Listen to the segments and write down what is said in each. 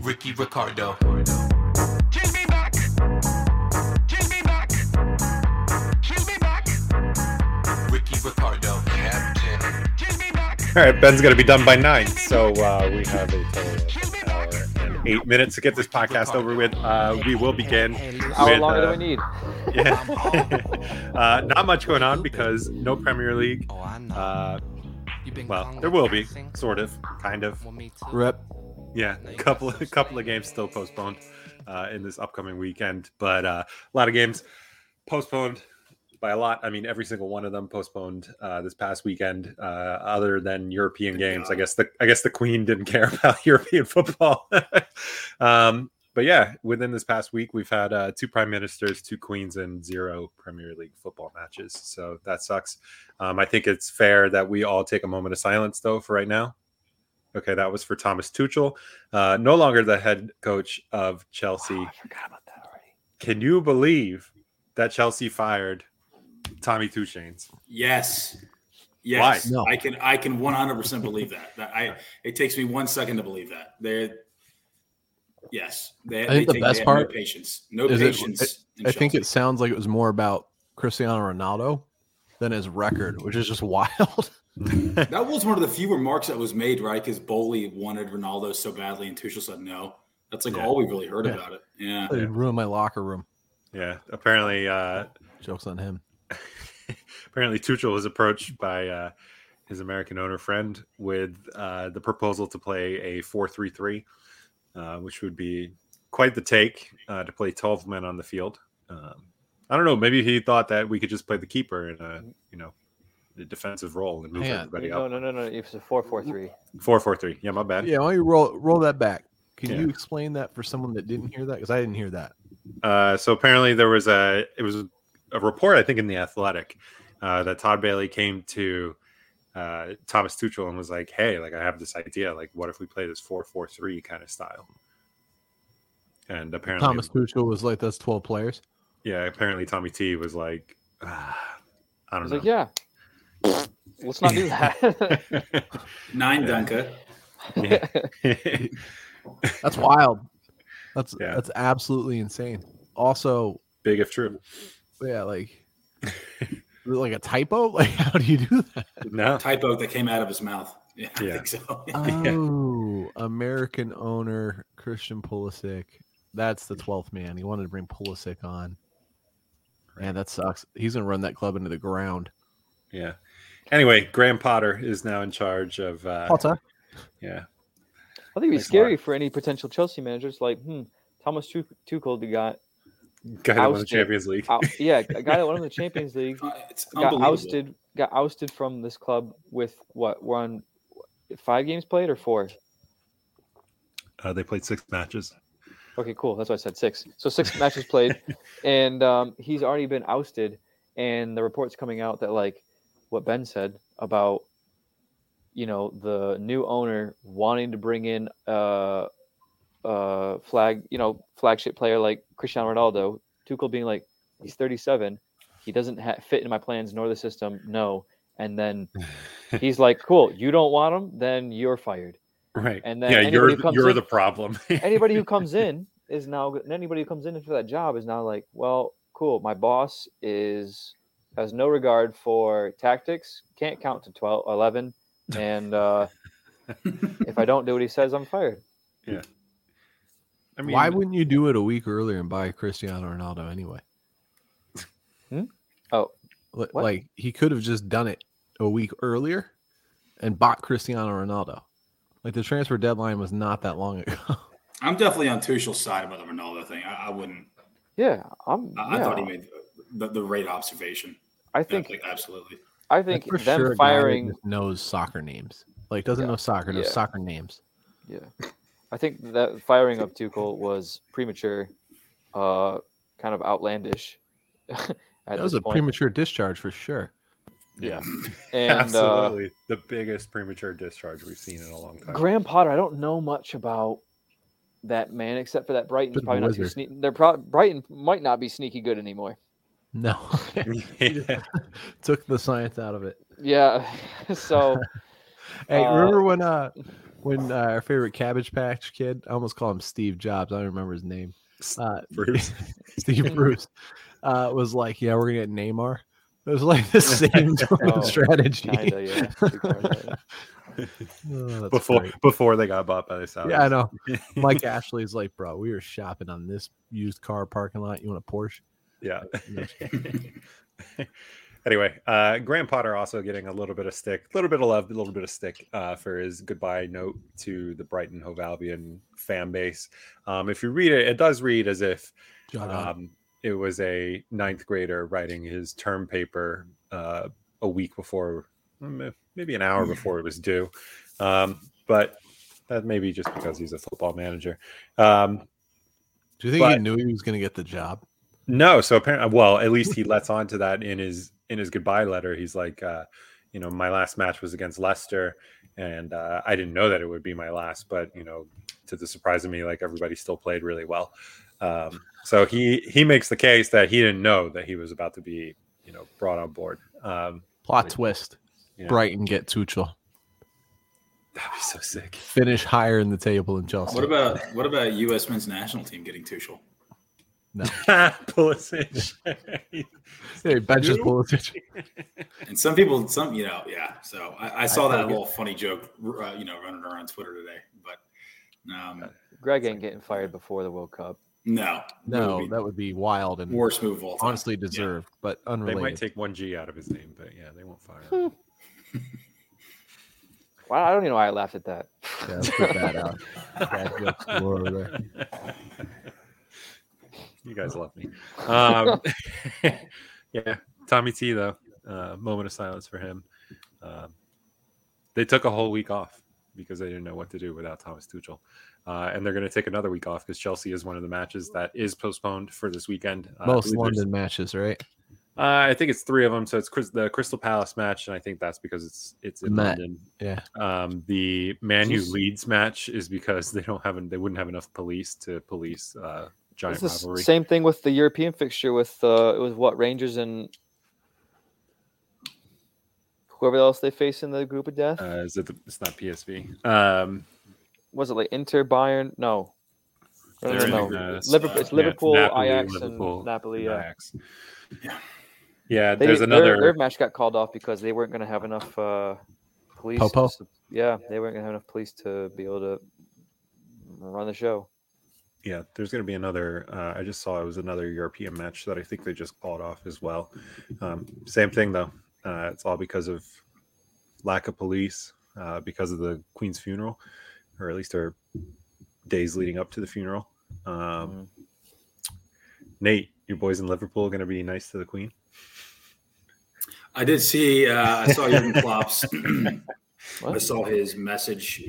Ricky Ricardo. She'll be back. She'll be back. She'll be back. Ricky Ricardo. Captain. She'll be back. All right, Ben's going to be done by nine, so uh, we have a total of an hour and eight minutes to get this podcast over with. Uh, we will begin. How with, longer uh, do we need? Yeah, uh, not much going on because no Premier League. Oh, I know. Uh, You've been well, calling there it will be, passing. sort of, kind of. Want me to? Rip. Yeah, a couple a couple of games still postponed uh, in this upcoming weekend, but uh, a lot of games postponed by a lot. I mean, every single one of them postponed uh, this past weekend. Uh, other than European games, I guess the I guess the Queen didn't care about European football. um, but yeah, within this past week, we've had uh, two prime ministers, two queens, and zero Premier League football matches. So that sucks. Um, I think it's fair that we all take a moment of silence, though, for right now. Okay, that was for Thomas Tuchel, uh, no longer the head coach of Chelsea. Wow, Oh, I forgot about that already. Can you believe that Chelsea fired Tommy Two Chains? Yes. Yes. No. I can I can 100% believe that. That I it takes me 1 second to believe that. They Yes. They, I think they the take- best they have part no patience. No is it- patience. in I think Chelsea. it sounds like it was more about Cristiano Ronaldo than his record, which is just wild. That was one of the few remarks that was made, right? Because Boley wanted Ronaldo so badly, and Tuchel said no. That's like Yeah. all we really heard Yeah. about it. Yeah, It ruined my locker room. Yeah, apparently, uh, Jokes on him. apparently Tuchel was approached by uh, his American owner friend with uh, the proposal to play a four-three-three, uh, which would be quite the take uh, to play 12 men on the field. Um, I don't know. Maybe he thought that we could just play the keeper in a you know the defensive role and move Hang on. everybody No, up. no, no, no. It's a four-four-three. Four-four-three. Yeah, my bad. Yeah, why don't you roll roll that back? Can Yeah. you explain that for someone that didn't hear that? Because I didn't hear that. Uh, so apparently there was a it was a report I think in the Athletic uh, that Todd Bailey came to uh, Thomas Tuchel and was like, "Hey, like I have this idea. Like, what if we play this four four three kind of style?" And apparently, Thomas Tuchel was like, "That's twelve players." yeah, apparently Tommy T was like, ah, "I I don't was know." like, yeah. Let's not do that. nine Dunka. Yeah. That's wild. That's Yeah. that's absolutely insane. Also, Big if true. yeah, like like a typo. Like, how do you do that? No. typo that came out of his mouth. Yeah, I Yeah. think so. Oh, American owner Christian Pulisic. That's the twelfth man. He wanted to bring Pulisic on. Man, that sucks. He's gonna run that club into the ground. Yeah. Anyway, Graham Potter is now in charge of. Uh, Potter. yeah. I think it'd be Thanks a scary lot. for any potential Chelsea managers. Like, hmm, Thomas Tu- Tuchel, the guy, Guy that won the Ousted. Champions League. out, yeah, a guy that won the Champions League, Uh, it's got unbelievable. ousted, got ousted from this club with what? We're on five games played or four? Uh, they played six matches. Okay, cool. That's why I said six. So six matches played, and um, he's already been ousted. And the reports coming out that like what Ben said about you know the new owner wanting to bring in a, a flag you know flagship player like Cristiano Ronaldo, Tuchel being like he's 37, he doesn't ha- fit in my plans nor the system. No, and then he's like, cool, you don't want him, then you're fired. Right. And then yeah, anybody you're who comes you're in- the problem. anybody who comes in is now anybody who comes in for that job is now like, well, cool. My boss is has no regard for tactics. Can't count to 12, 11. and uh, if I don't do what he says, I'm fired. I mean, Why wouldn't you do it a week earlier and buy Cristiano Ronaldo anyway? Hmm? Oh, Li- what? like he could have just done it a week earlier and bought Cristiano Ronaldo. Like the transfer deadline was not that long ago. I'm definitely on Tuchel's side about the Ronaldo thing. I, I wouldn't. Yeah, I'm. I, I yeah, thought he made the, the right observation. I Yeah, think. like, absolutely. I think That's for them sure a guy that firing. just knows soccer names. Like doesn't Yeah. know soccer, knows Yeah. soccer names. Yeah, I think that firing of Tuchel was premature, uh, kind of outlandish. at that was this a point. premature discharge for sure. Yeah, Yeah, and Uh, absolutely the biggest premature discharge we've seen in a long time. Graham Potter, I don't know much about that man except for that Brighton's Good probably not too wizard. sneaky. They're pro- Brighton might not be sneaky good anymore. No. Yeah. Took the science out of it. Yeah, so Hey, Uh, remember when uh when uh, our favorite Cabbage Patch kid, I almost call him Steve Jobs. I don't remember his name. Uh, Bruce. Steve Bruce uh, was like, "Yeah, we're gonna get Neymar." It was like the same sort of Oh, strategy. Kinda, yeah. Three quarters, yeah. Oh, that's before great. before they got bought by the Saudis. yeah, I know. Mike Ashley's like, "Bro, we were shopping on this used car parking lot. You want a Porsche?" yeah. No, Anyway, uh, Graham Potter also getting a little bit of stick, a little bit of love, a little bit of stick uh, for his goodbye note to the Brighton Hove Albion fan base. Um, if you read it, it does read as if jog on. um, it was a ninth grader writing his term paper uh, a week before, mm, maybe an hour before it was due. Um, but that may be just because he's a football manager. Um, Do you think he but- knew he was gonna get the job? no, so apparently, well, at least he lets on to that in his in his goodbye letter. He's like, uh, you know, my last match was against Leicester, and uh, I didn't know that it would be my last, but you know, to the surprise of me, like everybody still played really well. Um, so he he makes the case that he didn't know that he was about to be, you know, brought on board. Um, Plot twist: Yeah. Brighton get Tuchel. that'd be so sick. Finish higher in the table than Chelsea. What about what about U.S. men's national team getting Tuchel? Pulisic. Hey, benches You? Pulisic. And some people, some you know, yeah. So I, I saw that think it- little funny joke, uh, you know, running around Twitter today. But um, Greg ain't getting fired before the World Cup. no, No, It would be that would be wild and worst move of all time. honestly deserved, but they unrelated. might take one G out of his name, but yeah, they won't fire him. Wow, I don't even know why I laughed at that. Yeah, let's put that out. Bad jokes galore over there. you guys love me. Um, yeah, Tommy T though. Uh, moment of silence for him. Um, they took a whole week off because they didn't know what to do without Thomas Tuchel, uh, and they're going to take another week off because Chelsea is one of the matches that is postponed for this weekend. Uh, I Most believe there's- London matches, right? Uh, I think it's three of them. So it's Chris, the Crystal Palace match, and I think that's because it's it's in Matt. London. Yeah. Um, the Man U Jeez. Leeds match is because they don't have they wouldn't have enough police to police uh, giant It's the s- rivalry. same thing with the European fixture with uh, it was what Rangers and whoever else they face in the group of death. Uh, is it? The, it's not PSV. Um, was it like Inter Bayern? No, no, They're no, in no. the group. uh, Yeah, Liverpool, it's Liverpool, Napoli, Ajax, Liverpool, and Napoli. and Yeah, Ajax. Yeah. Yeah, They there's didn't- their- another. Their match got called off because they weren't going to have enough uh, police. Popo? to- yeah, they weren't going to have enough police to be able to run the show. yeah, there's going to be another. Uh, I just saw it was another European match that I think they just called off as well. Um, same thing though. Uh, it's all because of lack of police, uh, because of the Queen's funeral, or at least her days leading up to the funeral. Um, Nate, your boys in Liverpool going to be nice to the Queen. I did see. Uh, I saw Jurgen Klopp's. I What? saw his message,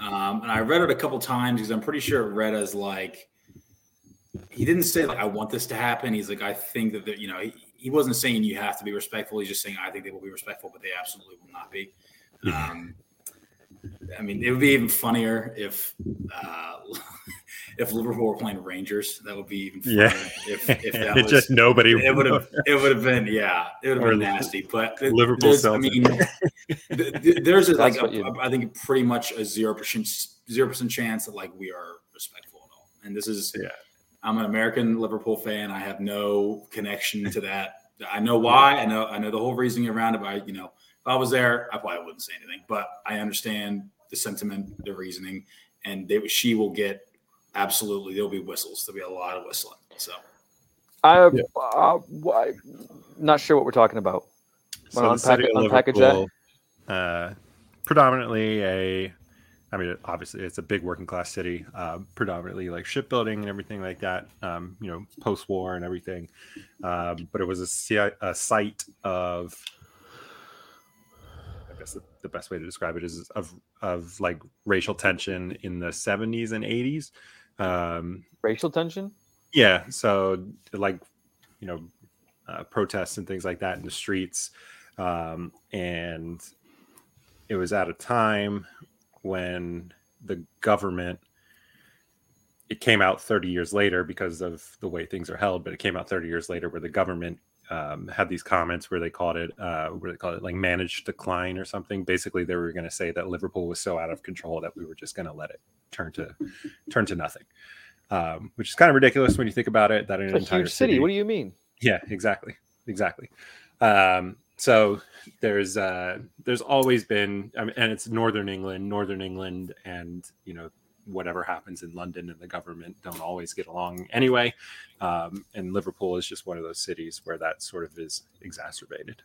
um, and I read it a couple times because I'm pretty sure it read as like he didn't say like I want this to happen. He's like I think that the, you know he, he wasn't saying you have to be respectful. He's just saying I think they will be respectful, but they absolutely will not be. Hmm. Um, I mean, it would be even funnier if uh, if Liverpool were playing Rangers. That would be even funnier Yeah. if, if that It was just nobody. it would have it would have been yeah it would have Or been nasty but th- Liverpool there's- i Celtic. mean th- th- there's a, like That's a, what you- I think pretty much a zero percent zero percent chance that like we are respectful at all and this is Yeah. i'm an american liverpool fan i have no connection to that i know why i know i know the whole reasoning around it but I, you know if i was there i probably wouldn't say anything but i understand the sentiment the reasoning and they she will get absolutely there'll be whistles there'll be a lot of whistling so I, uh, why- not sure what we're talking about. So Wanna the city unpack- of unpackage that? Liverpool, Uh, predominantly a, I mean, obviously it's a big working class city. Uh, predominantly like shipbuilding and everything like that. Um, you know, post war and everything. Um, but it was a, si- a site of, I guess the, the best way to describe it is of of like racial tension in the seventies and eighties. Um, Racial tension. yeah, so like you know, uh, protests and things like that in the streets, um, and it was at a time when the government. It came out 30 years later because of the way things are held, but it came out 30 years later where the government um, had these comments where they called it uh, where they called it like managed decline or something. Basically, they were going to say that Liverpool was so out of control that we were just going to let it turn to turn to nothing, um, which is kind of ridiculous when you think about it. That an It's a huge entire city. What do you mean? yeah, exactly, exactly. Um, so there's uh, there's always been, I mean, and it's Northern England, Northern England, and you know whatever happens in London and the government don't always get along anyway. Um, and Liverpool is just one of those cities where that sort of is exacerbated.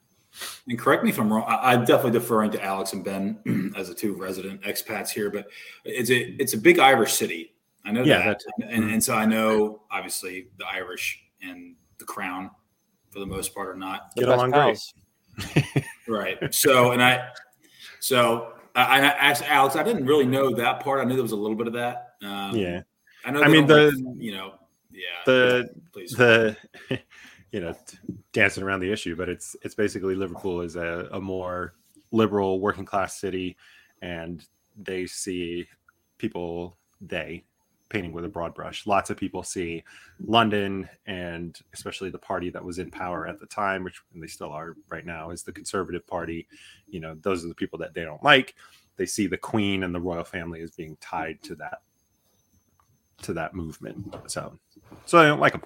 And correct me if I'm wrong. I, I'm definitely deferring to Alex and Ben as the two resident expats here, but it's a it's a big Irish city. I know Yeah, Mm-hmm. that, and, and so I know obviously the Irish and the Crown for the most part are not The Get best along great. pals. right. So and I so I, I asked Alex. I didn't really know that part. I knew there was a little bit of that. Um, Yeah, I know. I they mean, don't like, you know yeah the- yeah, please. the you know t- dancing around the issue but it's it's basically liverpool is a, a more liberal working class city and they see people they painting with a broad brush lots of people see london and especially the party that was in power at the time which they still are right now is the conservative party you know those are the people that they don't like they see the queen and the royal family as being tied to that to that movement so so they don't like them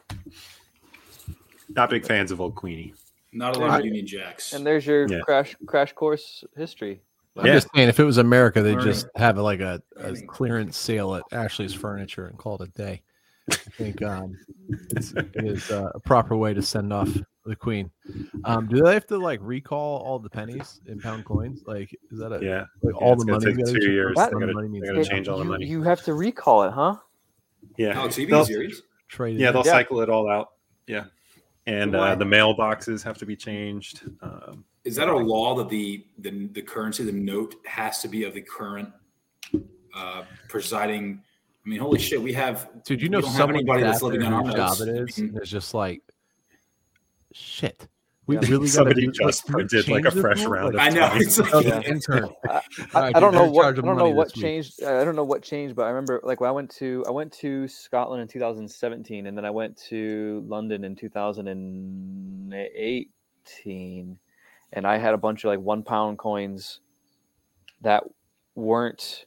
not big fans of old Queenie. not a lot of Union Jacks. And there's your Yeah. crash crash course history. I'm Yeah. just saying, if it was America, they'd Learning. just have like a, a Learning. clearance sale at Ashley's Furniture and call it a day. I think um, it's, it is uh, a proper way to send off the queen. Um, do they have to like recall all the pennies in pound coins? Like, is that a Yeah, like all it's the gonna money? take gotta two be- years. all They're the gonna- money needs they're to gonna be- change all the you, money. you have to recall it, huh? yeah. Alex, are you being They'll- serious? traded yeah, they'll Yeah. cycle it all out. Yeah, and uh, Why? the mailboxes have to be changed. Um, Is that a law that the the, the currency, the note, has to be of the current uh, presiding? I mean, holy shit, we have. Dude, we you know don't have someone anybody that's that's living living on on our job notes. it is. I mean- and It's just like shit. We Yeah. really gotta Somebody do- just let's- let's did, like, change a this fresh rule? round I That's know. funny. It's like, okay, Yeah. intern. I, All I, right, I don't dude, know you're in what charge I of don't know money what this week. changed. uh, I don't know what changed, but I remember like when I went to I went to Scotland in 2017, and then I went to London in 2018, and I had a bunch of like one pound coins that weren't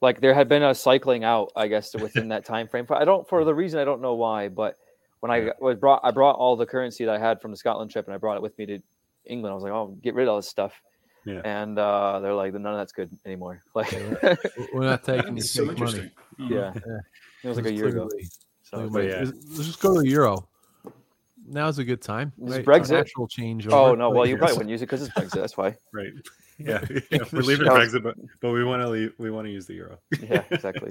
like there had been a cycling out, I guess, to within that time frame. But I don't for the reason I don't know why, but when I got- was brought I brought all the currency that I had from the Scotland trip, and I brought it with me to England. I was like, oh, get rid of all this stuff and uh, they're like, none of that's good anymore. Like, it We're not taking it's this so fake money. Mm-hmm. interesting. Oh, Yeah. was like a year ago. So, But yeah. Let's let's just go to the euro. Now's a good time. This is It's a Brexit. natural change. oh over. no, well you probably Yes. wouldn't use it because it's Brexit. That's why. right. Yeah, yeah, we're leaving Yeah. Brexit, but, but we want to leave. We want to use the euro. Yeah, exactly.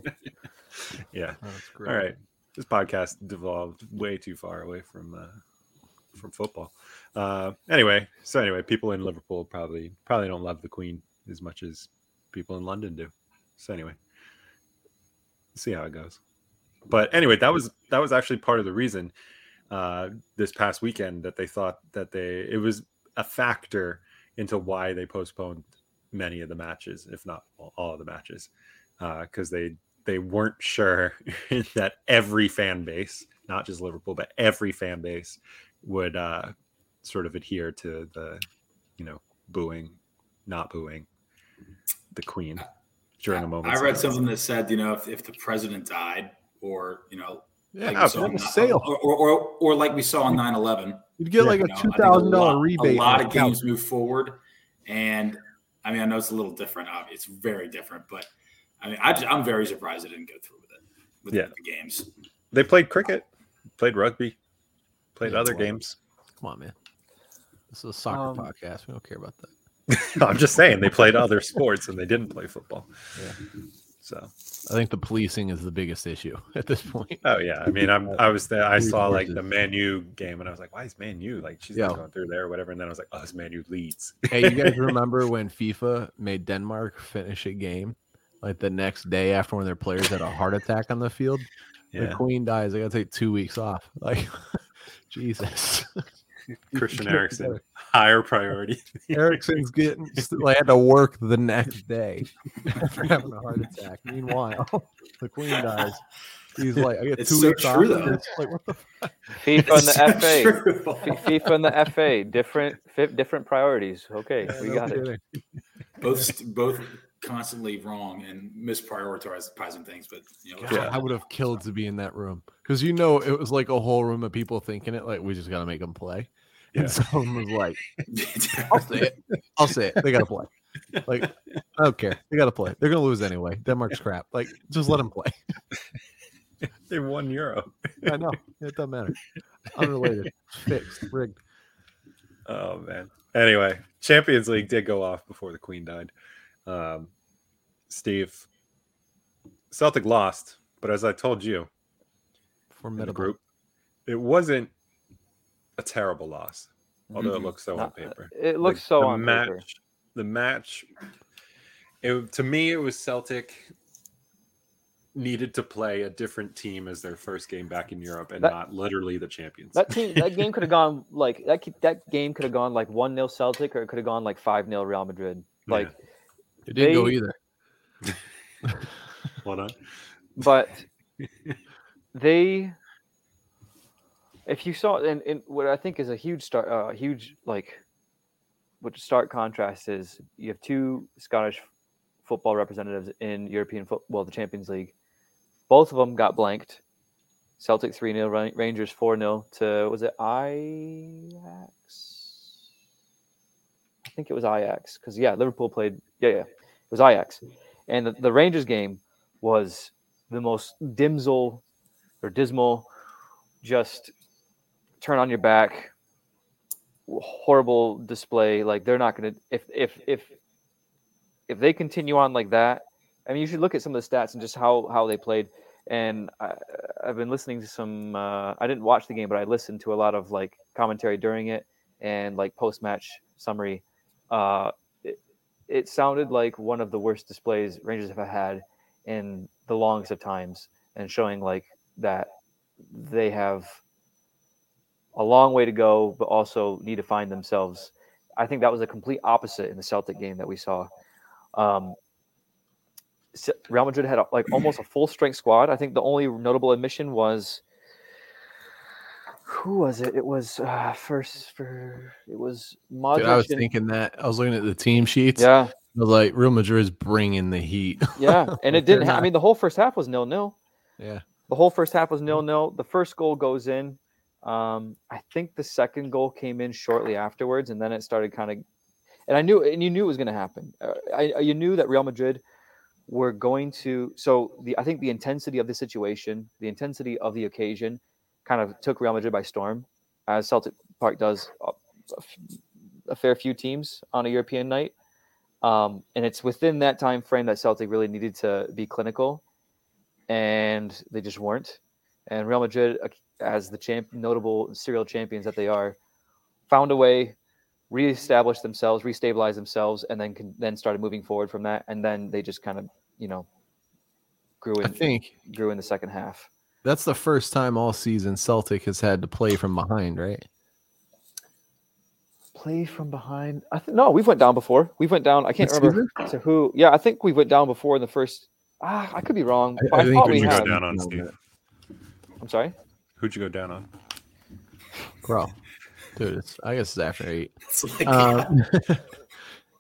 Yeah. Oh, that's great. All right. This podcast devolved way too far away from uh, from football. Uh, anyway, so anyway, people in Liverpool probably probably don't love the Queen as much as people in London do. So anyway, see how it goes. But anyway, that was that was actually part of the reason uh, this past weekend that they thought that they it was a factor into why they postponed many of the matches, if not all, all of the matches, because they they weren't sure that every fan base, not just Liverpool, but every fan base would uh, sort of adhere to the, you know, booing, not booing the Queen during a moment. I read something that said, you know, if, if the president died, or you know, Yeah, like oh, we have saw a on- sale. or, or, or or like we saw on 9-11, You'd get Yeah. like you a know, I two think thousand lot- dollar rebate. A lot on of the couch. games move forward, and I mean, I know it's a little different. obvi- It's very different, but I mean, I am very surprised it didn't go through with it. With Yeah. the games, They played cricket, played rugby, played Yeah, other well. games. Come on, man. This is a soccer Um, podcast. We don't care about that. I'm just saying they played other sports and they didn't play football. Yeah. So, I think the policing is the biggest issue at this point. oh yeah, I mean, I'm I was there. I Three saw like the courses. Manu game and I was like, why is Manu like she's Yeah. not going through there or whatever? And then I was like, oh, it's Manu leads. hey, you guys remember when FIFA made Denmark finish a game like the next day after one of their players had a heart attack on the field? The Yeah, queen dies. I gotta take two weeks off. Like, Jesus. Christian Eriksen, higher priority. Erickson's getting like had to work the next day after having a heart attack. Meanwhile, the queen dies. He's like, I get It's two so weeks off. true, of though. this. Like, what the? F- FIFA and It's the FA. so F- true. FIFA and the FA. Different fi- different priorities. Okay, we no got it. kidding. both both constantly wrong and misprioritizing things. But you know, God, I would have killed to be in that room because you know it was like a whole room of people thinking it. Like, we just gotta make them play. Yeah. And someone was like, I'll say it. I'll say it. They gotta play. Like, I don't care. They gotta play. They're gonna lose anyway. Denmark's crap. Like, just let them play. They won Euro. I know it doesn't matter. Unrelated, fixed, rigged. Oh man. Anyway, Champions League did go off before the Queen died. Um, Steve, Celtic lost, but as I told you in the Formidable. group, it wasn't a terrible loss, although it Mhm. looks so Uh, on paper. It Like, looks so the on match, paper. The match, it, to me, it was Celtic needed to play a different team as their first game back in Europe and That- not literally the champions. That team, that game could have gone like that. ki- That game could have gone like one 0 Celtic, or it could have gone like five 0 Real Madrid. Yeah. Like, It didn't go They- either. Hold on. but they, if you saw, and, and what I think is a huge start, uh, huge like, what stark contrast is you have two Scottish football representatives in European football, well, the Champions League. Both of them got blanked. Celtic three 0 Rangers four 0 to was it Ajax? I think it was Ajax because yeah, Liverpool played. Yeah, yeah, it was Ajax, and the, the Rangers game was the most dimsel or dismal, just turn on your back, horrible display. Like they're not going to if if if if they continue on like that. I mean, you should look at some of the stats and just how how they played. And I, I've been listening to some. Uh, I didn't watch the game, but I listened to a lot of like commentary during it and like post match summary. Uh, it, it sounded like one of the worst displays Rangers have had in the longest of times and showing like that they have a long way to go but also need to find themselves i think that was a complete opposite in the celtic game that we saw um, Ce- real madrid had like almost a full strength squad i think the only notable admission was who was it it was uh, first for it was Modric Dude, I was and- thinking that. I was looking at the team sheets. yeah I was like, Real Madrid's bringing the heat. Yeah, and it They're didn't. Ha- I not. mean, the whole first half was nil nil. Yeah. the whole first half was nil nil. The first goal goes in. Um, I think the second goal came in shortly afterwards, and then it started kind of. And I knew, and you knew it was going to happen. Uh, I, I- you knew that Real Madrid were going to. So the I think the intensity of the situation, the intensity of the occasion, kind of took Real Madrid by storm, as Celtic Park does uh, a, a f- a fair few teams on a European night. Um, and it's within that time frame that Celtic really needed to be clinical, and they just weren't. And Real Madrid, ac- as the champ, notable serial champions that they are, found a way, reestablished themselves, restabilized themselves, and then con- then started moving forward from that. And then they just kind of, you know, grew I in think grew in the second half. that's the first time all season Celtic has had to play from behind, right? play from behind. I th- no, we've went down before. We've went down. I can't This remember to who. Yeah, I think we went down before in the first. Ah, I could be wrong. but I, thought we we should go had. down. on, Steve? I'm sorry. Who'd you go down on? Bro, dude, it's, I guess it's after eight. It's like, Um, you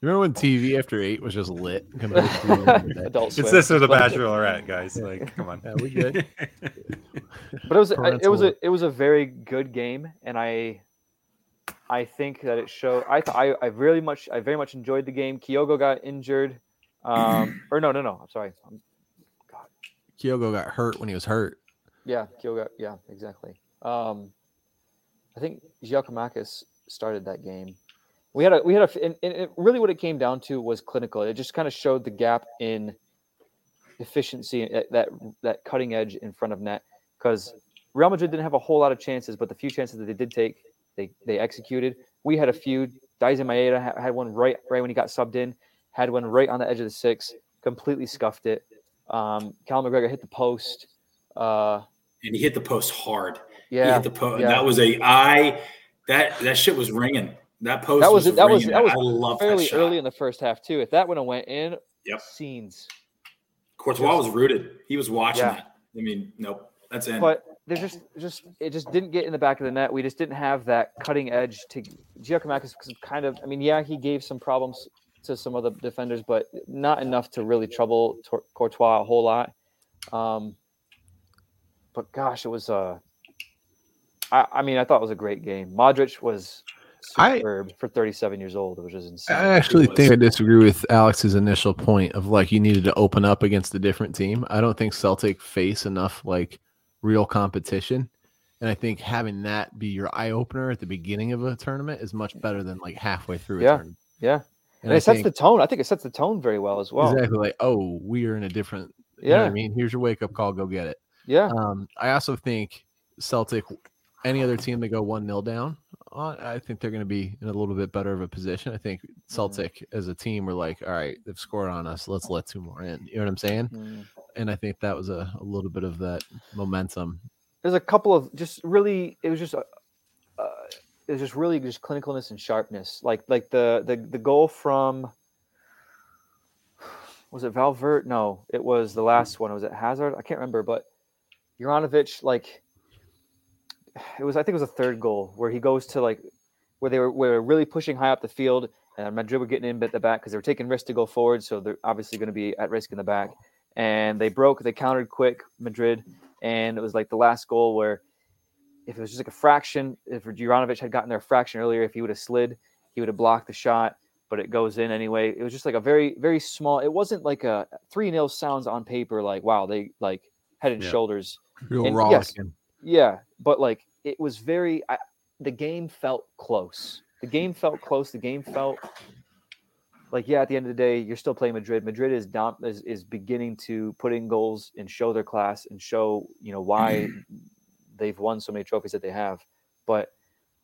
remember when TV after eight was just lit? Come on, it's really late. Adult Swim. It's this or the Bachelorette, guys. Like, come on. Yeah, we good. but it was I- it was a parental- it was a very good game, and I I think that it showed. I th- I I really much I very much enjoyed the game. Kyogo got injured, um, or no no no. I'm sorry. i Kyogo got hurt when he was hurt. yeah, Kyogo. Yeah, exactly. Um, I think Giacomakis started that game. We had a we had a and, and it- really what it came down to was clinical. It just kind of showed the gap in efficiency that that, that cutting edge in front of net because Real Madrid didn't have a whole lot of chances, but the few chances that they did take, they they executed. We had a few. Dyson Maeda ha- had one right right when he got subbed in, had one right on the edge of the six, completely scuffed it. Um, Cal McGregor hit the post. Uh, and he hit the post hard. He yeah, hit the post. yeah. That was a I that that shit was ringing. That post That was- was, that was- ringing. that was I love fairly that shot. early in the first half too. If that would have went in, Yep. scenes. Courtois was rooted. He was watching Yeah. that. I mean, nope. That's in. But there's just just it just didn't get in the back of the net. We just didn't have that cutting edge to Giacomakis kind of I mean, yeah, he gave some problems to some of the defenders, but not enough to really trouble Tor- Courtois a whole lot. Um, but gosh, it was uh I, I mean, I thought it was a great game. Modric was I- Uh, superb for 37 years old, which is insane. I actually was. think I disagree with Alex's initial point of like you needed to open up against a different team. I don't think Celtic face enough like real competition. And I think having that be your eye opener at the beginning of a tournament is much better than like halfway through a Yeah. tournament. yeah, And, and, I it sets think the tone. I think it sets the tone very well as well. exactly like, oh, we are in a different you know what Yeah, I mean, here's your wake up call, go get it. yeah, Um, I also think Celtic, any other team that go one 0 down, on, I think they're going to be in a little bit better of a position. I think Mm-hmm. Celtic as a team were like, all right, they've scored on us, let's let two more in. You know what I'm saying? Mm. And I think that was a, a little bit of that momentum. there's a couple of just really it was just uh, uh, it was just really just clinicalness and sharpness like like the the, the goal from was it Valvert? No, it was the last one. Was it Hazard? I can't remember, but Juranovic, like it was I think it was a third goal where he goes to like where they were where they were really pushing high up the field and Madrid were getting in at the back because they were taking risks to go forward, so they're obviously going to be at risk in the back. And they broke, they countered quick, Madrid, and it was like the last goal where if it was just like a fraction, if Juranovic had gotten there a fraction earlier, if he would have slid, he would have blocked the shot, but it goes in anyway. It was just like a very, very small. It wasn't like a three 0 sounds on paper like wow they like head and Yeah. shoulders. Real And yes. rollicking. Yeah, but like it was very. I, the game felt close. The game felt close. The game felt like yeah. At the end of the day, you're still playing Madrid. Madrid is dom- is, is beginning to put in goals and show their class and show you know why they've won so many trophies that they have. But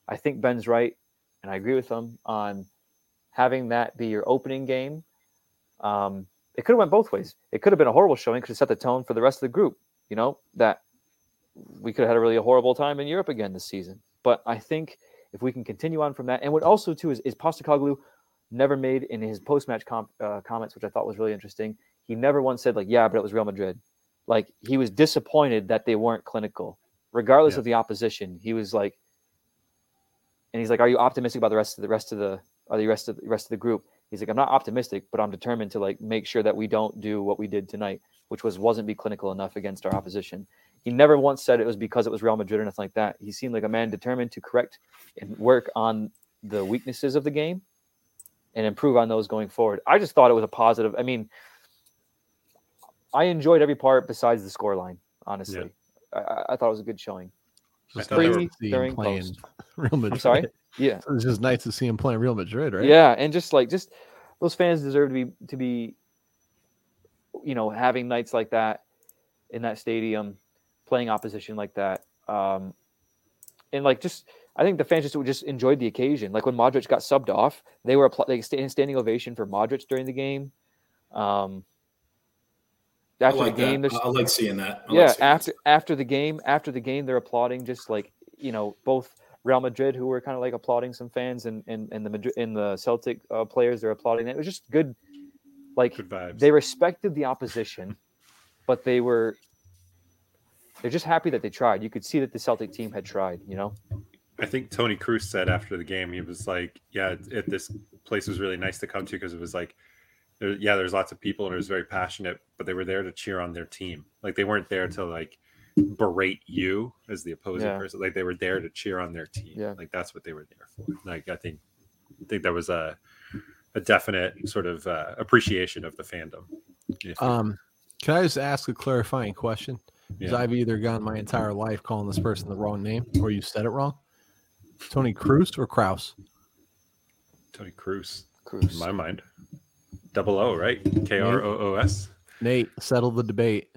I think Ben's right, and I agree with him on having that be your opening game. Um, it could have went both ways. It could have been a horrible showing. Could have set the tone for the rest of the group. You know that we could have had a really horrible time in Europe again this season. But I think if we can continue on from that, and what also too is, is Postacoglu never made in his post-match com- uh, comments, which I thought was really interesting. He never once said like, "Yeah, but it was Real Madrid." Like he was disappointed that they weren't clinical, regardless Yeah. of the opposition. He was like, and he's like, "Are you optimistic about the rest of the rest of the are the rest of the rest of the group?" He's like, "I'm not optimistic, but I'm determined to like make sure that we don't do what we did tonight, which was wasn't be clinical enough against our opposition." He never once said it was because it was Real Madrid or nothing like that. He seemed like a man determined to correct and work on the weaknesses of the game and improve on those going forward. I just thought it was a positive. I mean, I enjoyed every part besides the scoreline, honestly. I I, I thought it was a good showing. Just I thought they nice were- to see during him playing post. Real Madrid. I'm sorry. Yeah. It's just nice to see him playing Real Madrid, right? Yeah, and just like just those fans deserve to be to be you know, having nights like that in that stadium, playing opposition like that. Um and like just I think the fans just just enjoyed the occasion. Like when Modric got subbed off, they were appl- they sta- standing ovation for Modric during the game. Um I after like the game, that. there's I, I like seeing that. I like yeah seeing that. after after the game after the game they're applauding just like you know both real madrid who were kind of like applauding some fans and and, and the madrid and the celtic uh, players they're applauding it was just good like Good vibes. they respected the opposition but they were they're just happy that they tried you could see that the celtic team had tried you know I think Tony Cruz said after the game, he was like, "Yeah, it, it- this place was really nice to come to because it was like, there, yeah, there's lots of people and it was very passionate, but they were there to cheer on their team. Like they weren't there to like berate you as the opposing Yeah. person. Like they were there to cheer on their team. Yeah. Like that's what they were there for. Like I think, I think that was a a definite sort of uh, appreciation of the fandom. If- Uh, Um, can I just ask a clarifying question? Because Yeah. I've either gone my entire life calling this person the wrong name, or you said it wrong. Tony Cruz or Kraus? Tony Cruz, in Cruz. my mind, double O, right? K R O O S. Nate, settle the debate.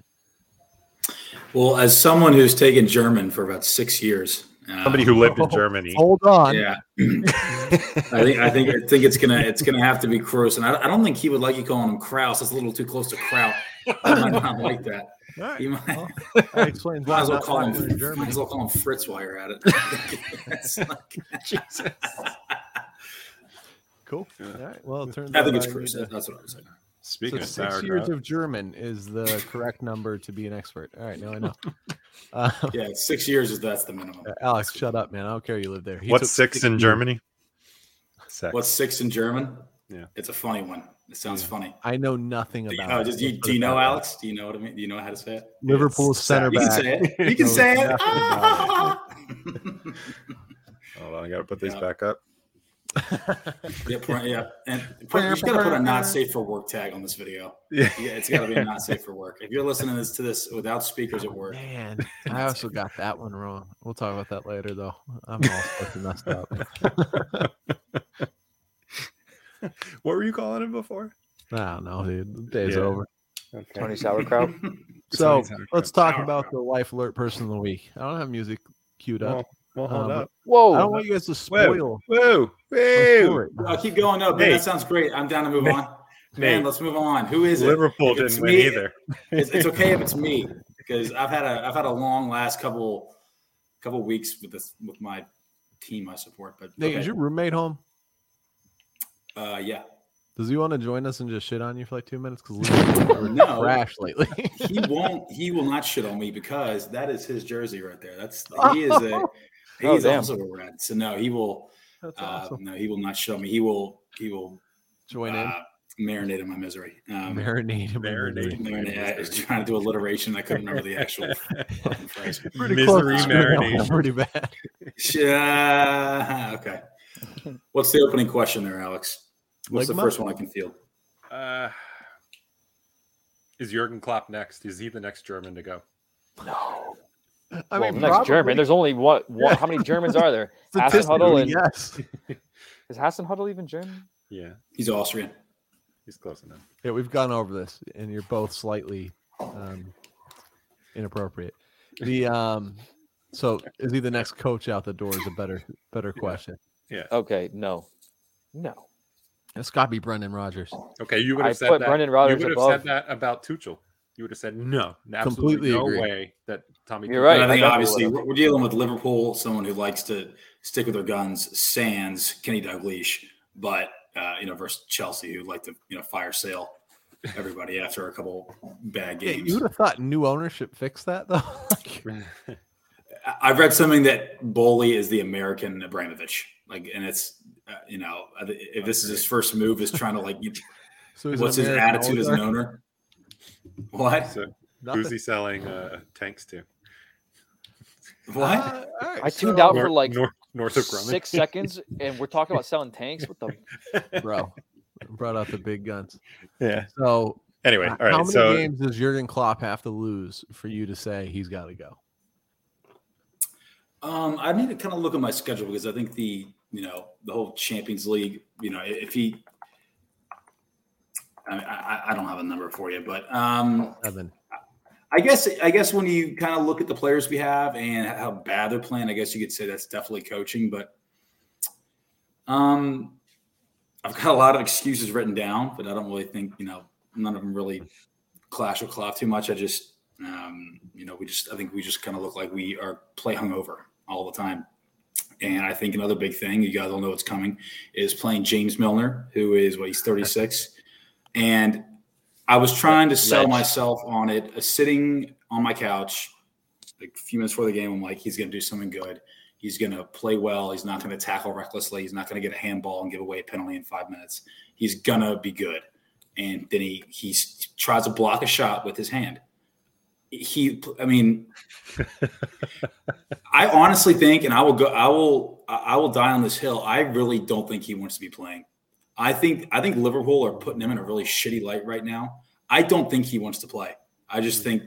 Well, as someone who's taken German for about six years, uh, Somebody who lived in Oh. Germany. Hold on. yeah, I think I think I think it's gonna it's gonna have to be Kraus, and I, I don't think he would like you calling him Kraus. That's a little too close to Kraut. He might not like that. All right. He might, Well, that explains why might I'm as well not call popular in him. Might Germany. as well call him Fritz while you're at it. It's like- Cool. All right. Well, it turns I out think it's I Kraus. need to- That's what I was saying. Speaking so of six years sauerkraut, of German is the correct number to be an expert. All right, now I know. Uh, Yeah, it's six years is that's the minimum. Alex, shut up, man. I don't care you live there. He took what's six in years. Germany? Six. What's six in German? Yeah. it's a funny one. It sounds Yeah. funny. I know nothing Do you, about. oh, it. just, do you, Let's put do you it that know way. Alex? Do you know what I mean? Do you know how to say it? Liverpool It's center You can back. say it. You can Knows say it. nothing about Ah! Hold on, I gotta put these Yeah. back up. yeah, pr- yeah, and put, you just gotta put a not safe for work tag on this video. Yeah. Yeah, it's gotta be a not safe for work. If you're listening to this, to this without speakers at work, Man, I also got that one wrong. We'll talk about that later, though. I'm all fucking messed up. What were you calling it before? I don't know, dude. The day's Yeah. over. Tony Sauerkraut. So Sounds like let's talk Sauerkraut. about the life alert person of the week. I don't have music queued up. Well, well, hold Um, up. Whoa! I don't want you guys to spoil. Whoa, my whoa! story. I'll Uh, keep going. No, Ben, Nate. that sounds great. I'm down to move Nate. on. Man, Nate. let's move on. Who is it? Liverpool If it's didn't win me- either. It's, it's okay if it's me because I've had a I've had a long last couple couple weeks with this with my team I support. But Nate, okay. is your roommate home? uh, yeah, Does he want to join us and just shit on you for like two minutes? Because Liverpool's No. trash lately. he won't. He will not shit on me because that is his jersey right there. That's he is a he Oh, is damn. also a red. So no, he will. That's Uh, awesome. No, he will not show me. He will. He will Join in. uh, marinate in my misery. Um, Marinate. him in Marinate. misery. marinate. I was trying to do alliteration. I couldn't remember the actual fucking phrase. Pretty close. Misery It's been out marination. Pretty bad. Yeah. Okay. What's the opening question there, Alex? What's the Ligma? first one I can feel? Uh, is Jurgen Klopp next? Is he the next German to go? No. I well, mean, the next German. probably There's only what? what how many Germans are there? Hassan Huddle statistically, and Yes. is Hassan Huddle even German? Yeah, He's Austrian. he's close enough. Yeah, we've gone over this, and you're both slightly um, inappropriate. The um, so is he the next coach out the door? Is a better better question. Okay, no, no. It's got to be Brendan Rodgers. Okay, you would I have said put that. Brendan you Rodgers would have above. said that about Tuchel. You would have said no, absolutely Completely no agree. way that Tommy. You're Tuchel- right. and I think I definitely obviously would've. we're, we're dealing with Liverpool, someone who likes to stick with their guns, sans Kenny Dalglish, but uh, you know versus Chelsea, who like to you know fire sale everybody after a couple bad Yeah, games. you would have thought new ownership fixed that though. Like, I- I've read something that Boley is the American Abramovich, like, and it's uh, you know I thi- if this is his first move is trying to like you- so he's an what's his American attitude as an oligarch? owner. What? So Nothing. uh, who's he selling uh, tanks to? What? Uh, all right, I tuned so- out for like north, north of Grumman. six seconds, and we're talking about selling tanks. What the? bro. Brought out the big guns. Yeah. So Anyway, h- all how right. many So games does Jurgen Klopp have to lose for you to say he's got to go? Um, I need to kind of look at my schedule because I think the you know the whole Champions League. You know, if he, I I, I don't have a number for you, but um, Seven. I guess I guess when you kind of look at the players we have and how bad they're playing, I guess you could say that's definitely coaching. But um, I've got a lot of excuses written down, but I don't really think you know none of them really clash or cloth too much. I just um, you know we just I think we just kind of look like we are play hungover all the time. And I think another big thing you guys all know what's coming is playing James Milner, who is what he's 36, and I was trying to sell Ledge. myself on it, uh, sitting on my couch, like a few minutes before the game. I'm like, he's going to do something good. He's going to play well. He's not going to tackle recklessly. He's not going to get a handball and give away a penalty in five minutes. He's going to be good. And then he he s- tries to block a shot with his hand. He, I mean, I honestly think, and I will go, I will, I I will die on this hill. I really don't think he wants to be playing. I think, I think Liverpool are putting him in a really shitty light right now. I don't think he wants to play. I just think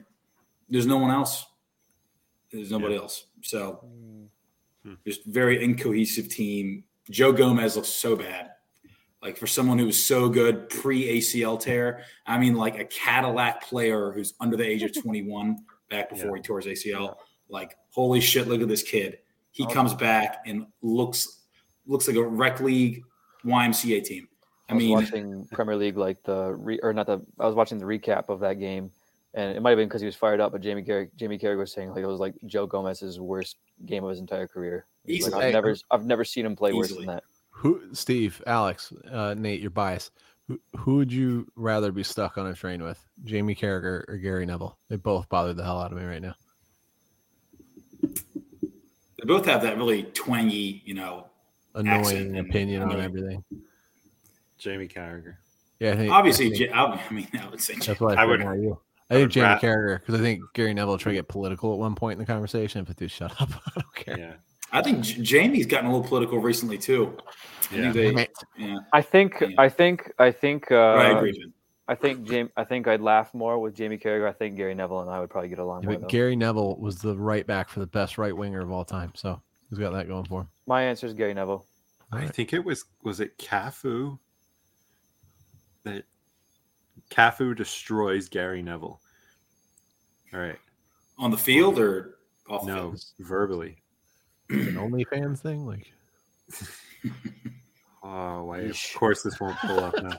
there's no one else. There's nobody else. So just very incohesive team. Joe Gomez looks so bad. Like for someone who was so good pre ACL tear, I mean, like a Cadillac player who's under the age of 21 back before he tore his ACL. Like, holy shit, look at this kid. He comes back and looks looks like a rec league YMCA team. I, I, was mean, watching Premier League like the re, or not the. I was watching the recap of that game, and it might have been because he was fired up. But Jamie Carrick, Jamie Carrick was saying like it was like Joe Gomez's worst game of his entire career. He's like, Easily. I've never, I've never seen him play worse Easily. than that. Who? Steve, Alex, uh, Nate, you're biased. Who, who would you rather be stuck on a train with, Jamie Carragher or Gary Neville? They both bother the hell out of me right now. They both have that really twangy, you know. Annoying Accent and opinion on annoying. everything. Jamie Carragher. Yeah, I think, Obviously, I think J- I mean, I would say that's why I, I would. would- You. I I think would Jamie ra- Carragher because I think Gary Neville tried to get political at one point in the conversation, but dude, shut up! I don't care. Yeah. I think J- Jamie's gotten a little political recently too. I Yeah. think they, Damn it. yeah, I think Yeah. I think I think uh, But I agree. With you. I think Jam- I think I'd laugh more with Jamie Carragher. I think Gary Neville and I would probably get along. Yeah, more, but though. Gary Neville was the right back for the best right winger of all time, so he's got that going for him. My answer is Gary Neville. I think it was was it Cafu that Cafu destroys Gary Neville. All right. on the field or off the No, field. verbally. An OnlyFans thing, like Oh, I, of course this won't pull up now.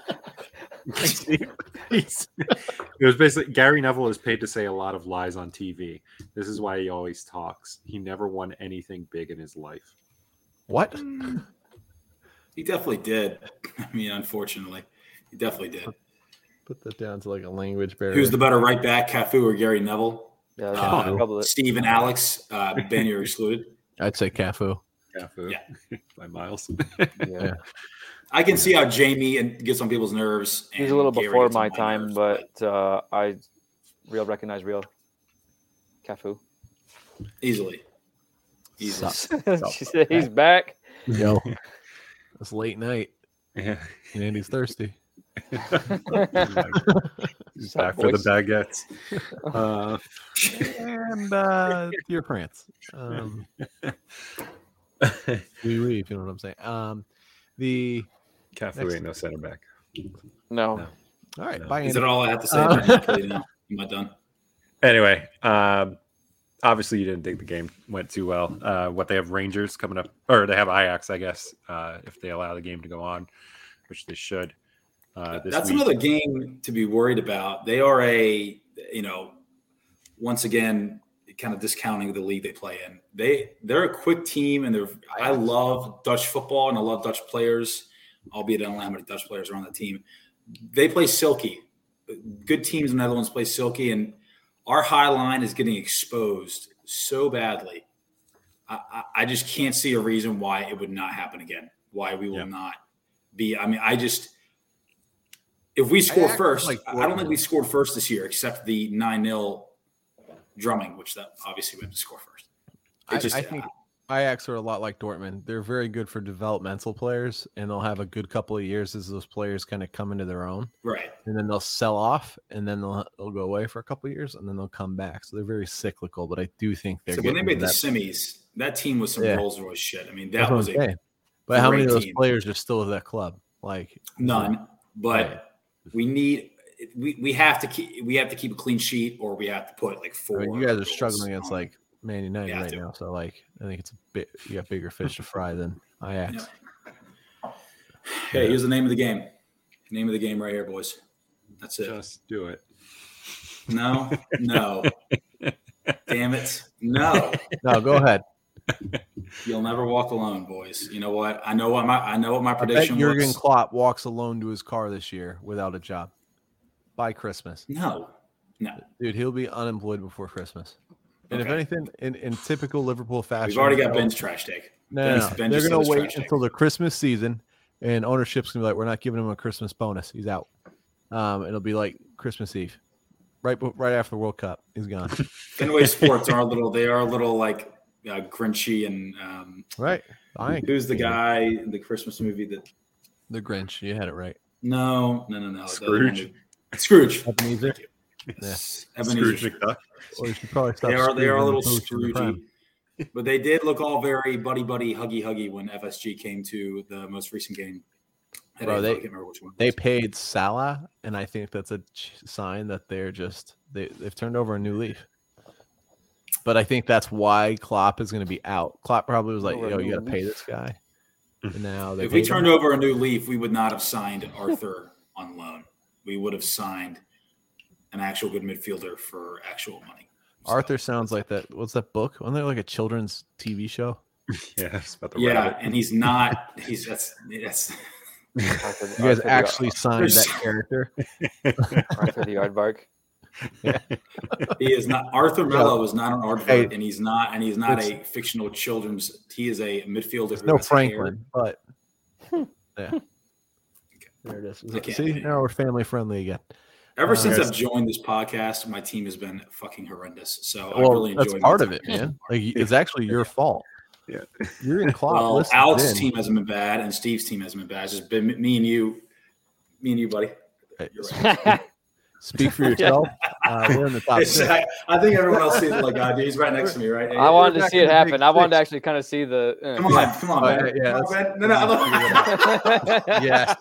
Jeez. it was basically Gary Neville is paid to say a lot of lies on TV. This is why he always talks. He never won anything big in his life. what? He definitely did. I mean, unfortunately, he definitely did. Put that down to like a language barrier. Who's the better right back, Cafu or Gary Neville? Yeah, that's Oh. probably Steve and Alex. Uh, ben, you're excluded. I'd say Cafu. Cafu by Miles. yeah. I can see how Jamie and gets on people's nerves. And He's a little Gary before gets on my time, nerves, but uh, I real recognize real Cafu. easily, easily. Sucks. she said he's back. Yo, it's late night Yeah. and Andy's thirsty. He's Sup, back for the boys? baguettes. Uh, and uh, dear France. Um, oui, oui, if you know what I'm saying. Um, the Cafu Next. ain't no center back. No, No. all right, No. bye. Is Andy. that all I have to say? Uh, about Napoli now? Am I done? Anyway, um, obviously you didn't think the game went too well. Uh, what they have Rangers coming up, or they have Ajax, I guess, uh, if they allow the game to go on, which they should. Uh, this That's week. another game to be worried about. They are a, you know, once again, kind of discounting the league they play in. They they're a quick team, and they're. I love Dutch football, and I love Dutch players. Albeit, I don't know how many Dutch players are on the team. They play silky. Good teams in the Netherlands play silky, and our high line is getting exposed so badly. I, I, I just can't see a reason why it would not happen again. Why we will Yeah. not be. I mean, I just if we score actually first, like I I don't think Dortmund. we scored first this year, except the nine 0 drumming, which that obviously we have to score first. I, It just, I think Ajax are a lot like Dortmund. They're very good for developmental players, and they'll have a good couple of years as those players kind of come into their own, right. and then they'll sell off, and then they'll, they'll go away for a couple of years, and then they'll come back. So they're very cyclical. But I do think they're So when they getting made the to that semis, that team was some Yeah. Rolls Royce shit. I mean, That's that what was I'm a saying. But how many of great those team. players are still with that club? Like none. But Right. we need we, we have to keep we have to keep a clean sheet, or we have to put like I four. mean, you guys are goals struggling against on. like Man United Yeah, right dude. now, so like I think it's a bit you got bigger fish to fry than Ajax. Yeah. Hey, here's the name of the game. Name of the game right here, boys. That's it. Just do it. No, no. Damn it. No. No, go ahead. You'll never walk alone, boys. You know what? I know what my I know what my I bet prediction Jurgen was. Klopp walks alone to his car this year without a job by Christmas, No, dude. He'll be unemployed before Christmas. And if Okay. anything, in, in typical Liverpool fashion, we've already got they'll- Ben's trash take. No, no, Ben's- no. Ben they're just gonna said it's wait trash until the Christmas season, and ownership's gonna be like, "We're not giving him a Christmas bonus. He's out." Um, it'll be like Christmas Eve, right? be- Right after the World Cup, he's gone. Fenway Sports are a little. They are a little like uh, Grinchy and um, right? I ain't who's the kidding. guy in the Christmas movie that? The Grinch. You had it right. No, no, no, no. the other Scrooge. one who- Scrooge. Ebenezer. Yes. Scrooge Ebenezer. McDuck. Or you should probably stop They are. They screwing are a the little coach in the Scroogey. prem. But they did look all very buddy buddy, huggy huggy when FSG came to the most recent game. I Bro, don't- they- I can't remember which one. it They was. paid Salah, and I think that's a ch- sign that they're just they they've turned over a new leaf. But I think that's why Klopp is going to be out. Klopp probably was like, Over a "Yo, you new got to pay leaf. this guy." And now they If we paid him. turned over a new leaf, we would not have signed Arthur on loan. We would have signed an actual good midfielder for actual money. So- Arthur sounds like that. What's that book? Wasn't there like a children's TV show? Oh, Yeah, it's about the Yeah, rabbit. and he's not. He's that's that's Arthur, You guys Arthur the- actually signed There's- that character. Arthur the Aardvark. He is not Arthur Mello is not an aardvark, Hey, and he's not and he's not a it's- fictional children's. He is a midfielder. There's who no has hair. Franklin, but yeah. There it is. Is it- Okay. See, now we're family friendly again. Ever Uh, since yes. I've joined this podcast, my team has been fucking horrendous. So I well, really enjoy that's part of it, man. Like, it's actually your fault. Yeah. you're in Klopp. Well, listens Alex's in. team hasn't been bad, and Steve's team hasn't been bad. It's just been me and you, me and you, buddy. Hey, You're right. Speak for yourself. uh, we're in the top It's- six. I, I think everyone else sees it like I do. He's right next to me, right? I wanted to back see in it the big happen. I wanted to six. actually kind of see the. uh, Come on, come on, Oh, man. yeah, yeah, Come on, man. No, no, I don't- yes.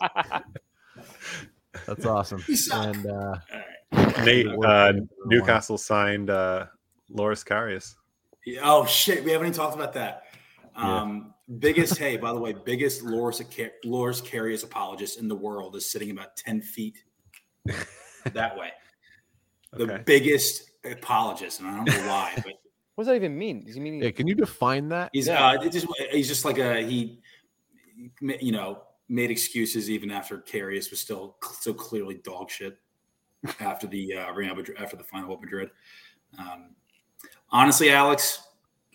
That's awesome. You suck. And uh, Nate, uh, Working. Newcastle signed uh, Loris Karius. Yeah, Oh shit, we haven't even talked about that. Um, biggest hey, by the way, biggest Loris Aca- Loris Carius apologist in the world is sitting about ten feet that way. The Okay. biggest apologist, and I don't know why, but What does that even mean? Does he mean yeah, can you define that? he's Yeah. uh, it just he's just like a he, you know, made excuses even after Carius was still cl- so clearly dog shit after the uh, Real Madrid, after the final of Madrid. Um, honestly, Alex,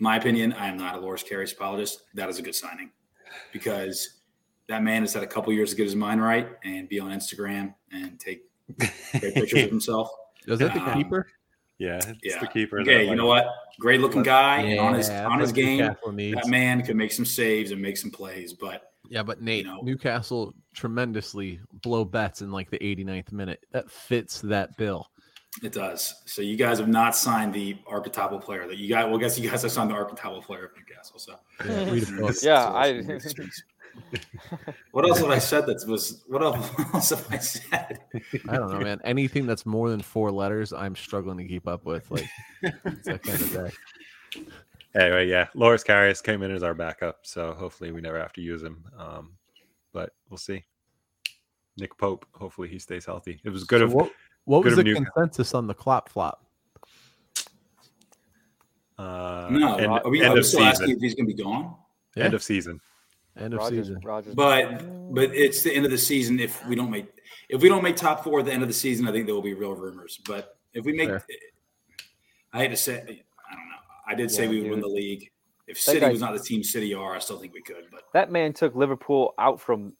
my opinion, I am not a Loris Carius apologist. That is a good signing because that man has had a couple years to get his mind right and be on Instagram and take great pictures of himself. Is that the Um, keeper? yeah, it's yeah. the keeper. Okay, that, you like- know what? Great looking guy and on his Yeah, on his that's what game. Newcastle needs. That man could make some saves and make some plays, but Yeah, but Nate, know. Newcastle tremendously blow bets in like the 89th minute. That fits that bill. It does. So you guys have not signed the archetypal player that you got. Well, I guess you guys have signed the archetypal player of Newcastle. So Yeah, read a book. Yeah, So I- it's gonna be serious. what else have I said? That was what else, what else have I said? I don't know, man. Anything that's more than four letters, I'm struggling to keep up with. Like it's that kind of day. Anyway, yeah, Loris Karius came in as our backup, so hopefully we never have to use him. Um, but we'll see. Nick Pope, hopefully he stays healthy. It was good So of what, what was good the of Newcastle. consensus on the clop flop? uh, No, end, are we, end are we of still asking season. if he's going to be gone? End of season. End of Rogers, season. Rogers. But but it's the end of the season. If we don't make if we don't make top four at the end of the season, I think there will be real rumors. But if we make, Fair. I hate to say, I don't know. I did say Yeah, we would win dude. the league. If City guy- was not the team City are, I still think we could. But that man took Liverpool out from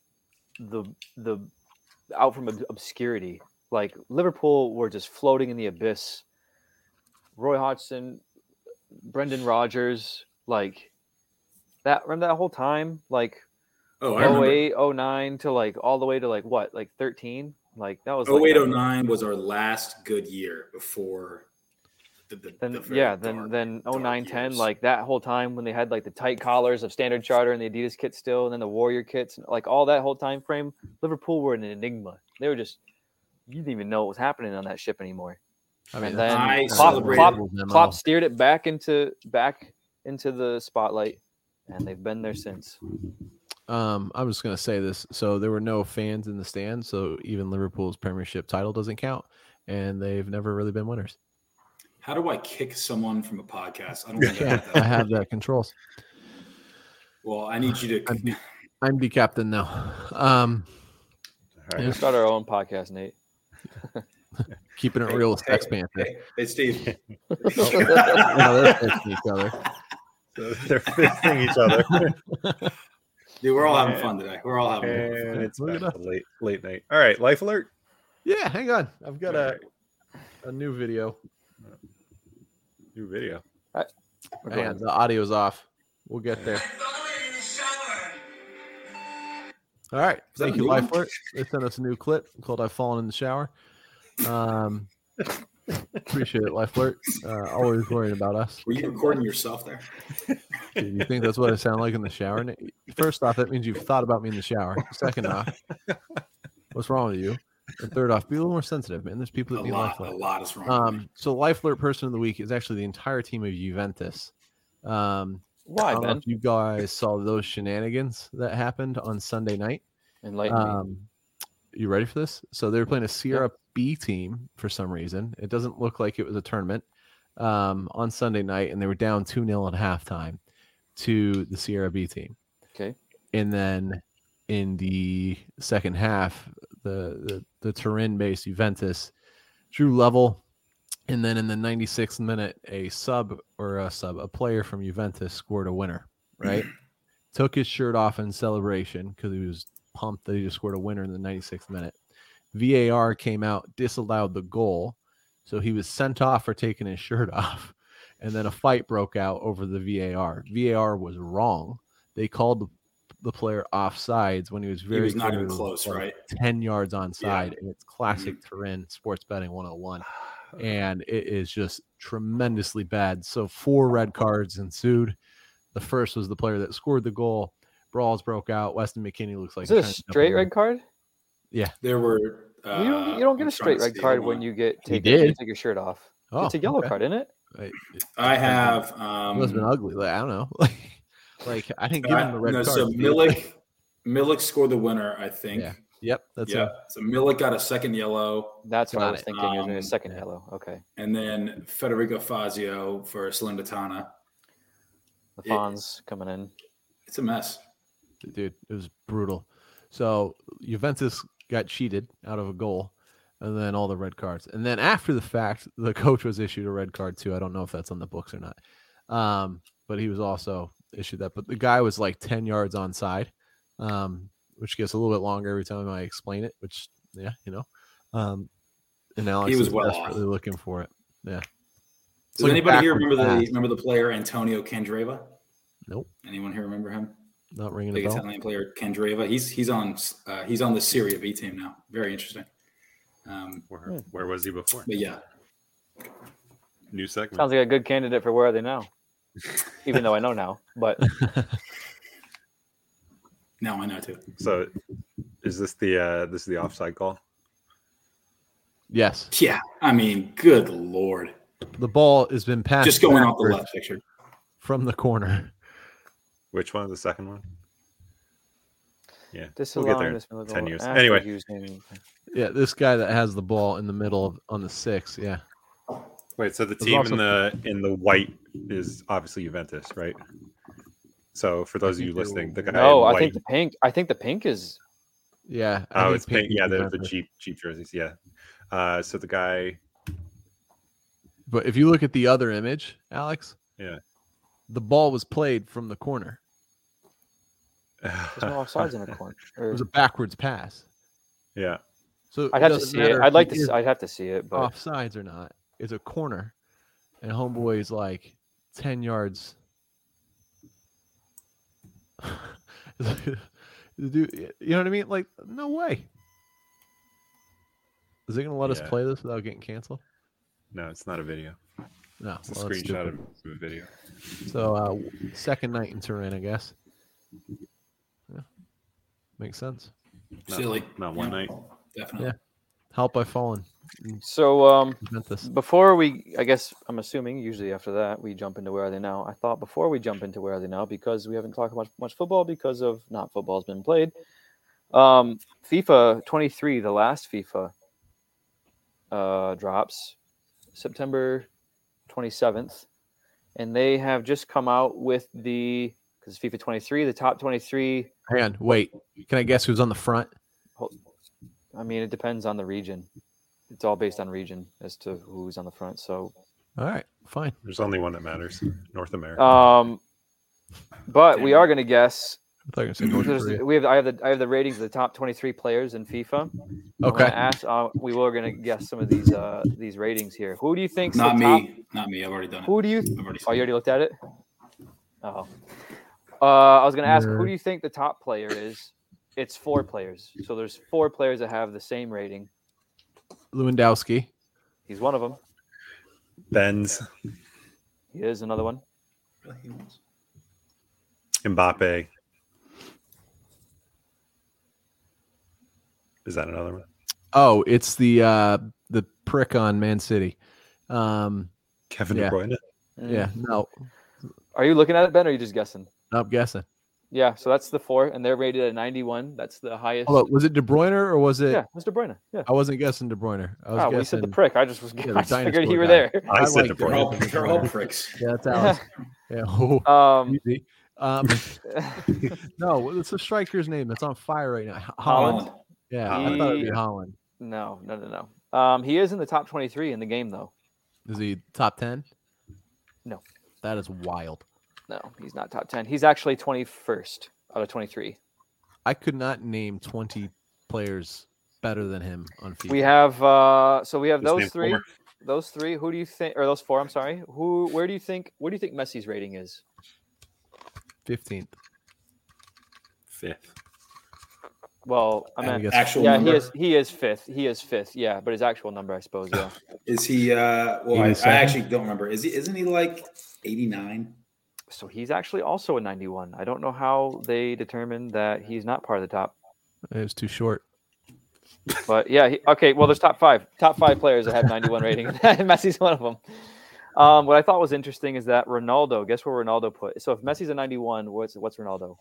the the out from ob- obscurity. Like Liverpool were just floating in the abyss. Roy Hodgson, Brendan Rodgers, like that. Remember that whole time, like oh, I remember. 08, 09 to like all the way to like what, like thirteen? Like that was like, 08, 09 was our last good year before the, the, Then the very yeah, then dark- then dark 09, 10, years. like that whole time when they had like the tight collars of Standard Charter and the Adidas kit still, and then the Warrior kits, and like all that whole time frame, Liverpool were an enigma. They were just you didn't even know what was happening on that ship anymore. I that's And then I kind of Klopp- Liverpool's Klopp- MO. Klopp steered it back into back into the spotlight, and they've been there since. Um, I'm just gonna say this. So there were no fans in the stands, so even Liverpool's Premiership title doesn't count, and they've never really been winners. How do I kick someone from a podcast? I don't think I Yeah, have I that. have that controls. Well, I need you I'm to. the, I'm the captain now. Um, All right. Yeah. Start our own podcast, Nate. keeping it Hey, real with hey, X Panther. Hey, hey, Steve. You know, they're facing each other. So they're facing each other. Dude, we're all having fun today. We're all having fun. And it's Look at back to late late night. All right, life alert. Yeah, hang on. I've got All a, right, a new video. new video. Or go Hang on, ahead. the audio's off. We'll get there. All right. that Thank a you, new one? Lifeflirt. They sent us a new clip called I've Fallen in the Shower. Um, appreciate it, Lifeflirt. Uh, always worrying about us. Were you recording yourself there? Do you think that's what I sound like in the shower? Nate? First off, that means you've thought about me in the shower. Second off, what's wrong with you? And third off, be a little more sensitive, man. There's people A that need lot. A Lifelert. lot is wrong. Um, so Life Alert Person of the Week is actually the entire team of Juventus. Um, I Why, don't know Ben? if you guys saw those shenanigans that happened on Sunday night. Enlighten me. Um, you ready for this? So they were playing a Sierra B team for some reason. It doesn't look like it was a tournament um, on Sunday night, and they were down 2 0 at halftime to the Sierra B team. Okay. And then in the second half, the the, the Turin based Juventus drew level. And then in the 96th minute, a sub or a sub, a player from Juventus scored a winner, right? Took his shirt off in celebration because he was pumped that he just scored a winner in the 96th minute. VAR came out, disallowed the goal. So he was sent off for taking his shirt off. And then a fight broke out over the VAR. VAR was wrong. They called the, the player offsides when he was very was not clearly, even close, right? 10 yards onside. And it's classic Mm-hmm. Turin sports betting 101. And it is just tremendously bad. So four red cards ensued. The first was the player that scored the goal. Brawls broke out. Weston McKinney looks like Is he it a turned up straight leg. red card? There were. Uh, you don't you don't get I'm a trying straight to red see card the when one. you get He take, when you did. take your shirt off. Oh, it's a yellow okay. card, isn't it? Right. I have. It Um, must have been ugly. Like, I don't know. Like, like I didn't give him the Uh, red no, card. So dude. Milik, Milik scored the winner, I think. Yeah, Yeah. Yep, that's it. So Milik got a second yellow, That's what I Got was it. thinking. it was in a Um, second yeah. yellow. Okay, and then Federico Fazio for Salernitana. the It- Fonz coming in. It's a mess. dude. It was brutal. So Juventus got cheated out of a goal, and then all the red cards. And then after the fact, the coach was issued a red card too. I don't know if that's on the books or not. Um, but he was also issued that. But the guy was like ten yards onside, um, which gets a little bit longer every time I explain it. Which yeah, you know. Um, and Alex He was is well off. desperately looking for it. Yeah. Does anybody here backwards remember the pass. remember the player Antonio Candreva? Nope, Anyone here remember him? not ringing a Big bell. Italian player Candreva. He's he's on uh, he's on the Syria B team now. Very interesting. Um, Where, Hmm. where was he before? but yeah, New segment. Sounds like a good candidate for where are they now? Even though I know now, but now I know too. so, is this the uh this is the offside call? Yes, Yeah, I mean, good lord, the ball has been passed. just going off the backwards left picture. from the corner. Which one? The second one? Yeah, disallowing there in this middle 10 goal years. after Anyway. using- Yeah, this guy that has the ball in the middle of, on the six. Yeah, Wait, so the There's team also- in the in the white is obviously Juventus, right? So for those of you think they listening, the guy no, in I white. think the pink. I think the pink is yeah. I oh, think it's paint. Pinky Yeah, did the, that the first. Jeep Jeep jerseys. Yeah. Uh, so the guy. But if you look at the other image, Alex. Yeah. The ball was played from the corner. there's no offsides in the corner. It Or, was a backwards pass. yeah. So I'd it have to doesn't see matter it. if I'd like he to. s- is I'd have to see it, but offsides or not. It's a corner, and homeboy is like ten yards. Dude, you know what I mean? Like, no way. Is it gonna let us Yeah. play this without getting canceled? No, it's not a video. No, It's a well, screenshot that's stupid. of a video. So uh, w- second night in Turin, I guess. Yeah. Makes sense. No, Silly. not one Yeah, night. Definitely. Yeah. Help by fallen. so um, Juventus. before we, I guess I'm assuming usually after that we jump into where are they now. I thought before we jump into where are they now because we haven't talked much much football because of not football's been played. Um, FIFA 23, the last FIFA, uh, drops September 27th, and they have just come out with the because FIFA 23, the top 23. Hang on, wait. Can I guess who's on the front? I mean, it depends on the region. It's all based on region as to who's on the front. So, All right, fine. There's only one that matters. North America. um, but we are going to guess. I thought you were gonna say North there's- Korea. We have I have the I have the ratings of the top 23 players in FIFA. I'm gonna Okay. ask, uh, we were going to guess some of these uh, these ratings here. Who do you think's Not the me. top? Not me. I've already done it. Who do you? I've already Oh, seen it. you already looked at it. Oh, uh, I was going to ask who Nerd. do you think the top player is? It's four players. So there's four players that have the same rating. Lewandowski. He's one of them. Benz, He is another one. Mbappe. Is that another one? Oh, it's the uh the prick on Man City. Um Kevin Yeah. De Bruyne. Mm. yeah, no. Are you looking at it, Ben, or are you just guessing? I'm guessing. Yeah, so that's the four, and they're rated at 91. That's the highest. Hold up, was it De Bruyne or was it yeah, Mr. Bruyne. Yeah. I wasn't guessing De Bruyne. I was Oh, guessing we said the prick. I just was Yeah, the I just figured dinosaur you were guy. there. I, said like De De They're all, Bruyne. they're all pricks. Yeah, that's Alex. yeah. Oh, um, easy. Um, no, it's the striker's name. It's on fire right now. Ho- Holland. Holland. Yeah, I thought it'd be Yeah. Holland. no, no, no, no. Um, he is in the top 23 in the game though. Is he top ten? No. That is wild. No, he's not top 10. He's actually 21st out of 23. I could not name twenty players better than him on FIFA. We have uh, so we have His name those three. Homer. Those three. Who do you think, or those four? I'm sorry. Who? Where do you think? Where do you think Messi's rating is? fifteenth. Fifth. Well, I I mean, guess Actual yeah, number he is. He is fifth. He is fifth. Yeah, but his actual number, I suppose. Yeah. is he? Uh, well, I, I 87? actually don't remember. Is he? Isn't he like eighty nine? so he's actually also a 91. I don't know how they determined that he's not part of the top. it was too short. But yeah, he, okay. Well, there's top five, top five players that have 91 rating, and Messi's one of them. Um, what I thought was interesting is that Ronaldo. Guess where Ronaldo put? So if Messi's a 91, what's what's Ronaldo?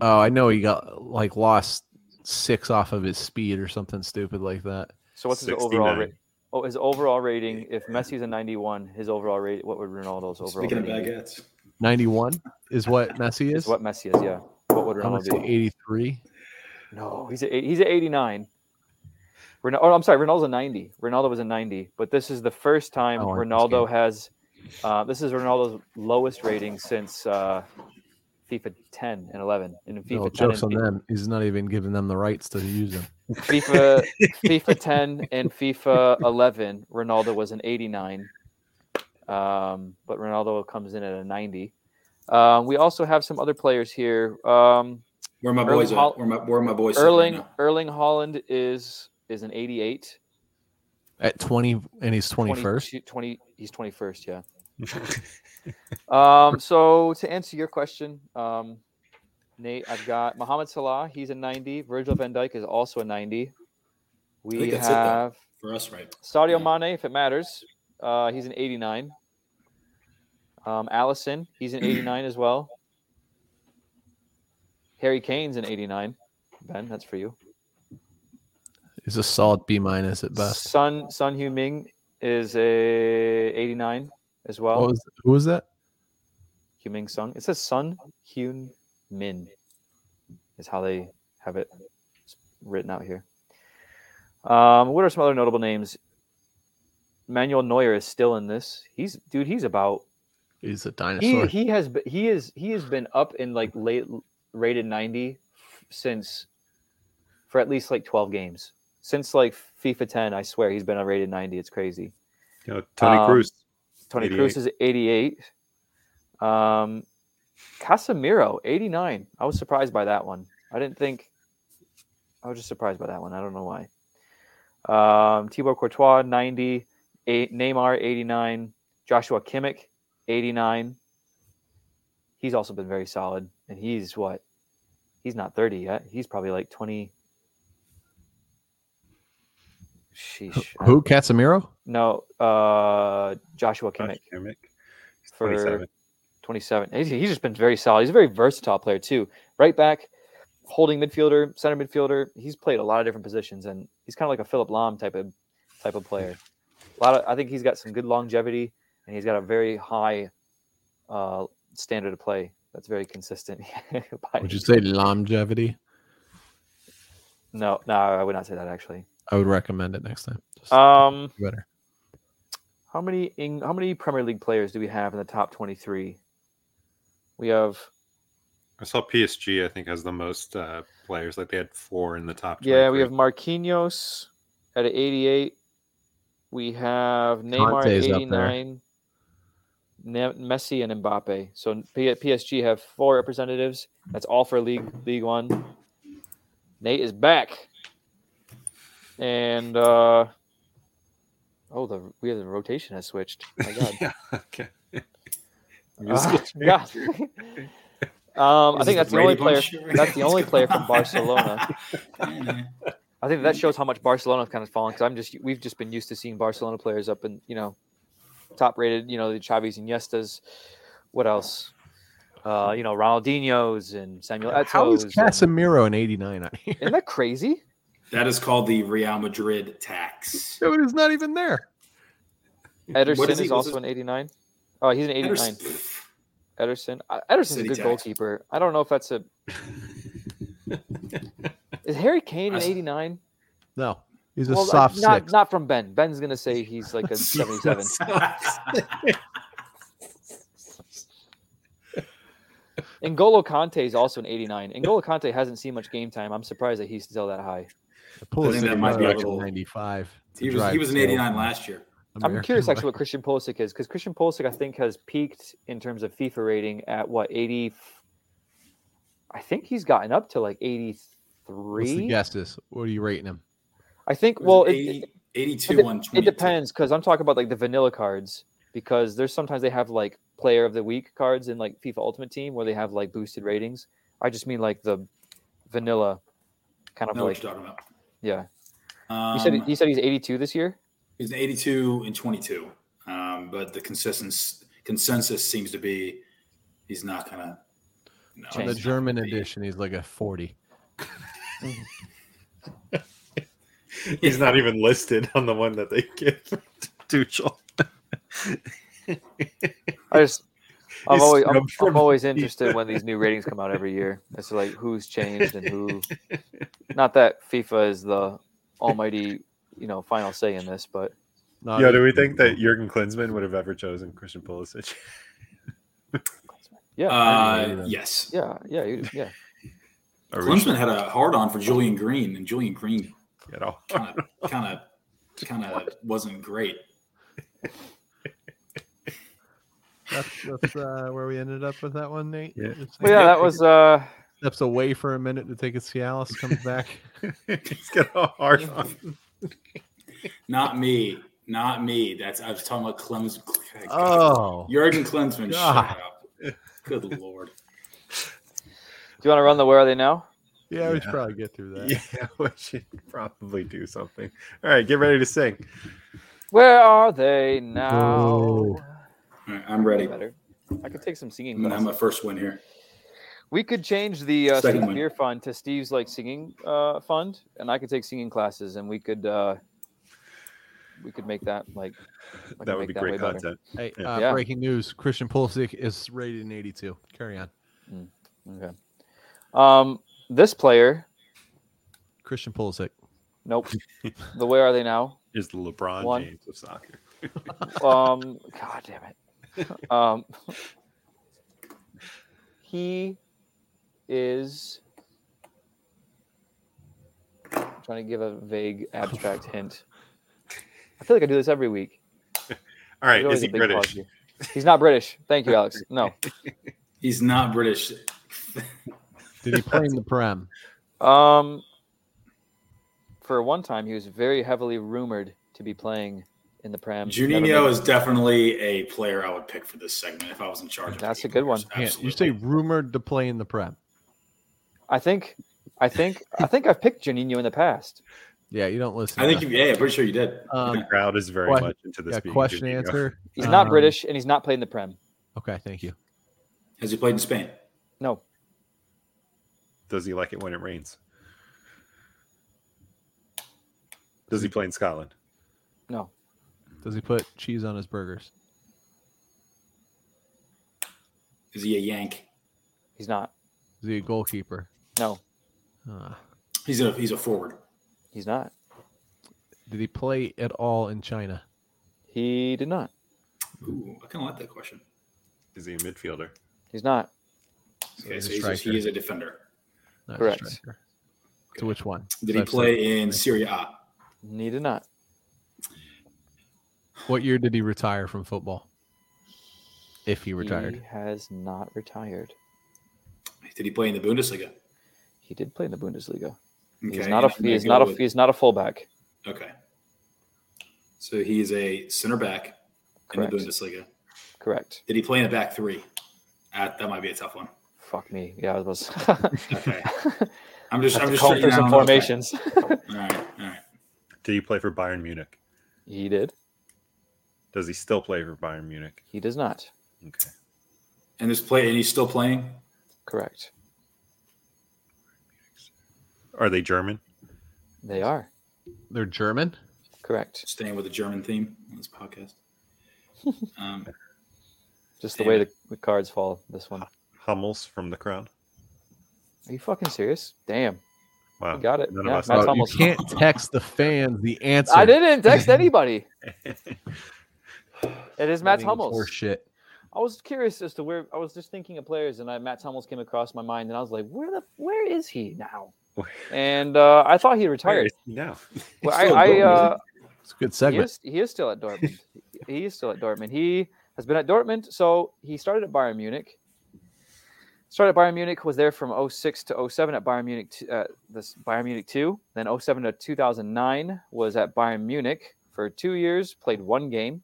Oh, I know he got like lost six off of his speed or something stupid like that. So what's his overall 69. rate? Oh, his overall rating. If Messi's a 91, his overall rate. What would Ronaldo's overall Speaking of rating be? baguettes, Ninety one is what Messi is. Is what Messi is. Yeah. What would I'm gonna Ronaldo say be? eighty three. No, he's a, eight- he's at 89. Ronaldo, oh, I'm sorry, Ronaldo's a 90. Ronaldo was a 90, but this is the first time I like this Ronaldo game. has. Uh, this is Ronaldo's lowest rating since uh, FIFA 10 and 11, and in FIFA No 10 jokes on and them. He's not even giving them the rights to use them. FIFA FIFA 10 and FIFA 11, Ronaldo was an 89, um, but Ronaldo comes in at a 90. Um, we also have some other players here. Um, where are my Erling boys? Hol- at? Where are my where are my boys? sitting right Erling now? Erling Holland is is an 88. At twenty, and he's twenty 22 first. 20 he's 21st, yeah. um, so to answer your question, um, Nate, I've got Mohamed Salah. He's a 90. Virgil van Dijk is also a 90. We think that's it, though. have for us, right? Sadio Mane, if it matters, uh, he's an 89. Um, Allison, he's an 89 as well. Harry Kane's an 89. Ben, that's for you. He's a solid B minus at best. Sun Sun Heung Ming is a 89 as well. What was who was that? Heung Ming Sung. It says Sun Heung Min is how they have it written out here. Um, what are some other notable names? Manuel Neuer is still in this. He's dude. He's about He's a he, dinosaur. he has be- he is he has been up in like late rated 90 f- since for at least like 12 games since like FIFA 10 I swear he's been on rated 90 it's crazy You know, Tony Um, Cruz. Tony Cruz is 88 um Casemiro 89 I was surprised by that one I didn't think I was just surprised by that one I don't know why um Thibaut Courtois 90 a- Neymar 89 Joshua Kimmich 89 he's also been very solid and he's what he's not 30 yet he's probably like 20 sheesh I- who? Casemiro? no uh Joshua Josh Kimmich Kimmich. He's For- 27. 27 he's, he's just been very solid he's a very versatile player too right back holding midfielder center midfielder he's played a lot of different positions and he's kind of like a Philip Lahm type of type of player a lot of I think he's got some good longevity and he's got a very high uh standard of play that's very consistent By- Would you say longevity? no no I would not say that actually I would recommend it next time. Just um better. How many Eng- how many Premier League players do we have in the top 23? We have I saw PSG. I think has the most uh, players. Like they had four in the top. yeah, we have 23. Marquinhos at 88. We have Neymar Conte's at up there. 89. Ne- Messi and Mbappe. So P- PSG have four representatives. That's all for League League 1. Nate is back. And uh Oh, the we have the rotation has switched. My god. yeah. Okay. Uh, Musical chair. God. um, I Is think it that's the only Brady player. Bunch? That's the only player from Barcelona. Yeah. I think Mm. that shows how much Barcelona's kind of fallen because I'm just we've just been used to seeing Barcelona players up in you know top rated. You know the Chavis and Yestas. What else? Uh, you know Ronaldinho's and Samuel Eto's. How is and- Casemiro an 89 on here? Isn't that crazy? That is called the Real Madrid tax. Dude, he's not even there. Ederson is is, he- what's also his- an 89. Oh, he's an 89. Ederson- Ederson. I- Ederson's City a good tax. goalkeeper. I don't know if that's a. Is Harry Kane I an s- 89? No, he's a Well, soft not six. not from Ben. Ben's gonna say he's like a 77. N'Golo Conte is also an 89. N'Golo Conte hasn't seen much game time. I'm surprised that he's still that high. Pulisic I think that is might be a actually little- 95. he was he was an 89 last year. I'm curious actually what Christian Pulisic is because Christian Pulisic I think has peaked in terms of FIFA rating at what 80. I think he's gotten up to like 83. What's the guesses? What are you rating him? I think. It was Well, it, 80 it, 82 it- on it 22. depends because I'm talking about like the vanilla cards because there's sometimes they have like player of the week cards in like FIFA Ultimate Team where they have like boosted ratings. I just mean like the vanilla kind I of know like what you're talking about. yeah. Um, You said you said he's 82 this year. He's an 82 and 22, um, but the consensus consensus seems to be he's not gonna. No, Change. On the he's not German gonna be- edition, he's like a 40. He's not even listed on the one that they give to Tuchel. I just. I'm He's always, I'm, scrubbed I'm from always interested when these new ratings come out every year as to like who's changed and who. Not that FIFA is the almighty, you know, final say in this, but Not Yo, do we think that Jurgen Klinsmann would have ever chosen Christian Pulisic? yeah, I mean, Uh, yes, yeah, yeah, you, yeah. Or we Clemson had a hard on for Julian Green, and Julian Green should at all? kind of, kind of, kind of wasn't great. That's, that's uh, where we ended up with that one, Nate. Yeah. Just Well, yeah, that was uh, steps away for a minute to take a Cialis, comes back. He's got a hard on. Not me, not me. That's I was talking about Clemson. oh, Jurgen Klinsmann, God. shut up. Good lord. Do you want to run the where are they now? yeah, we should Yeah. probably get through that. Yeah, we should probably do something. All right, get ready to sing. Where are they now? Boo. All right, I'm ready. Better. I could take some I'm singing gonna have my classes. first win here. We could change the uh, Second Steve's one. beer fund to Steve's like singing uh, fund, and I could take singing classes, and we could uh, we could make that like I could That make would be way great better. content. Hey, Yeah. uh, Yeah. breaking news: Christian Pulisic is rated an 82. Carry on. Okay. Um, this player, Christian Pulisic. nope. the where are they now? Is the LeBron One. James of soccer? Um, God damn it. Um, he is. I'm trying to give a vague abstract hint. I feel like I do this every week. All There's right, always is he a big pause British? here. He's not British. Thank you, Alex. No. He's not British. Did he play in the Prem? Um, for one time, he was very heavily rumored to be playing in the Prem. Never Juninho made- is definitely a player I would pick for this segment if I was in charge. Of That's the a good one. Yeah, players. you say Absolutely. rumored to play in the Prem. I think, I think, I think I've picked Juninho in the past. Yeah, you don't listen. I think to you, yeah, I'm pretty sure you did. that. um, The crowd is very Question- much into this. yeah, being question Juninho. answer. He's not Um, British and he's not playing the Prem. Okay, thank you. Has he played in Spain? No. Does he like it when it rains? Does he play in Scotland? No. Does he put cheese on his burgers? Is he a Yank? He's not. Is he a goalkeeper? No, Ah. He's a he's a forward. he's not. did he play at all in China? He did not. Ooh, I kind of like that question. Is he a midfielder? He's not. Okay, he's so he's a a, striker. he is a defender. Not a Correct. striker. So which one? Did he So I've said- play in Serie A? He did not. What year did he retire from football? If he retired, He has not retired. Did he play in the Bundesliga? He did play in the Bundesliga. Okay, He's not a. and I'm He is gonna not go a. He is not a fullback. with- okay. So he is a center back Correct. in the Bundesliga. Correct. Did he play in a back three? Uh, that might be a tough one. Fuck me. Yeah, I was. About Okay, to I'm just Have I'm to just call trying- for you know, I'm- some okay. formations. All right, all right. Did he play for Bayern Munich? he did. Does he still play for Bayern Munich? He does not. Okay. And this play, and he's still playing. Correct. Are they German? They are. they're German. Correct. Staying with the German theme on this podcast. Um, Just the way the, the cards fall this one. Are Hummels from the crown. you fucking serious? Damn. Wow. You got it. None Yeah, of us. Matt's know. Oh, you almost- can't text the fans the answer. I didn't text anybody. It is Matt's Winning Hummels. Horseshit. I was curious as to where I was just thinking of players, and I, Matt Hummels came across my mind, and I was like, "Where the where is he now?" And uh, I thought he Where retired. is he now? Well, I, still at I Dortmund, uh, It's a good he segment. is he is still at Dortmund. he is still at Dortmund. He has been at Dortmund. So he started at Bayern Munich. Started at Bayern Munich, was there from 06 to 07 at Bayern Munich, t- uh, this Bayern Munich 2. Then 07 to 2009 was at Bayern Munich for two years, played one game,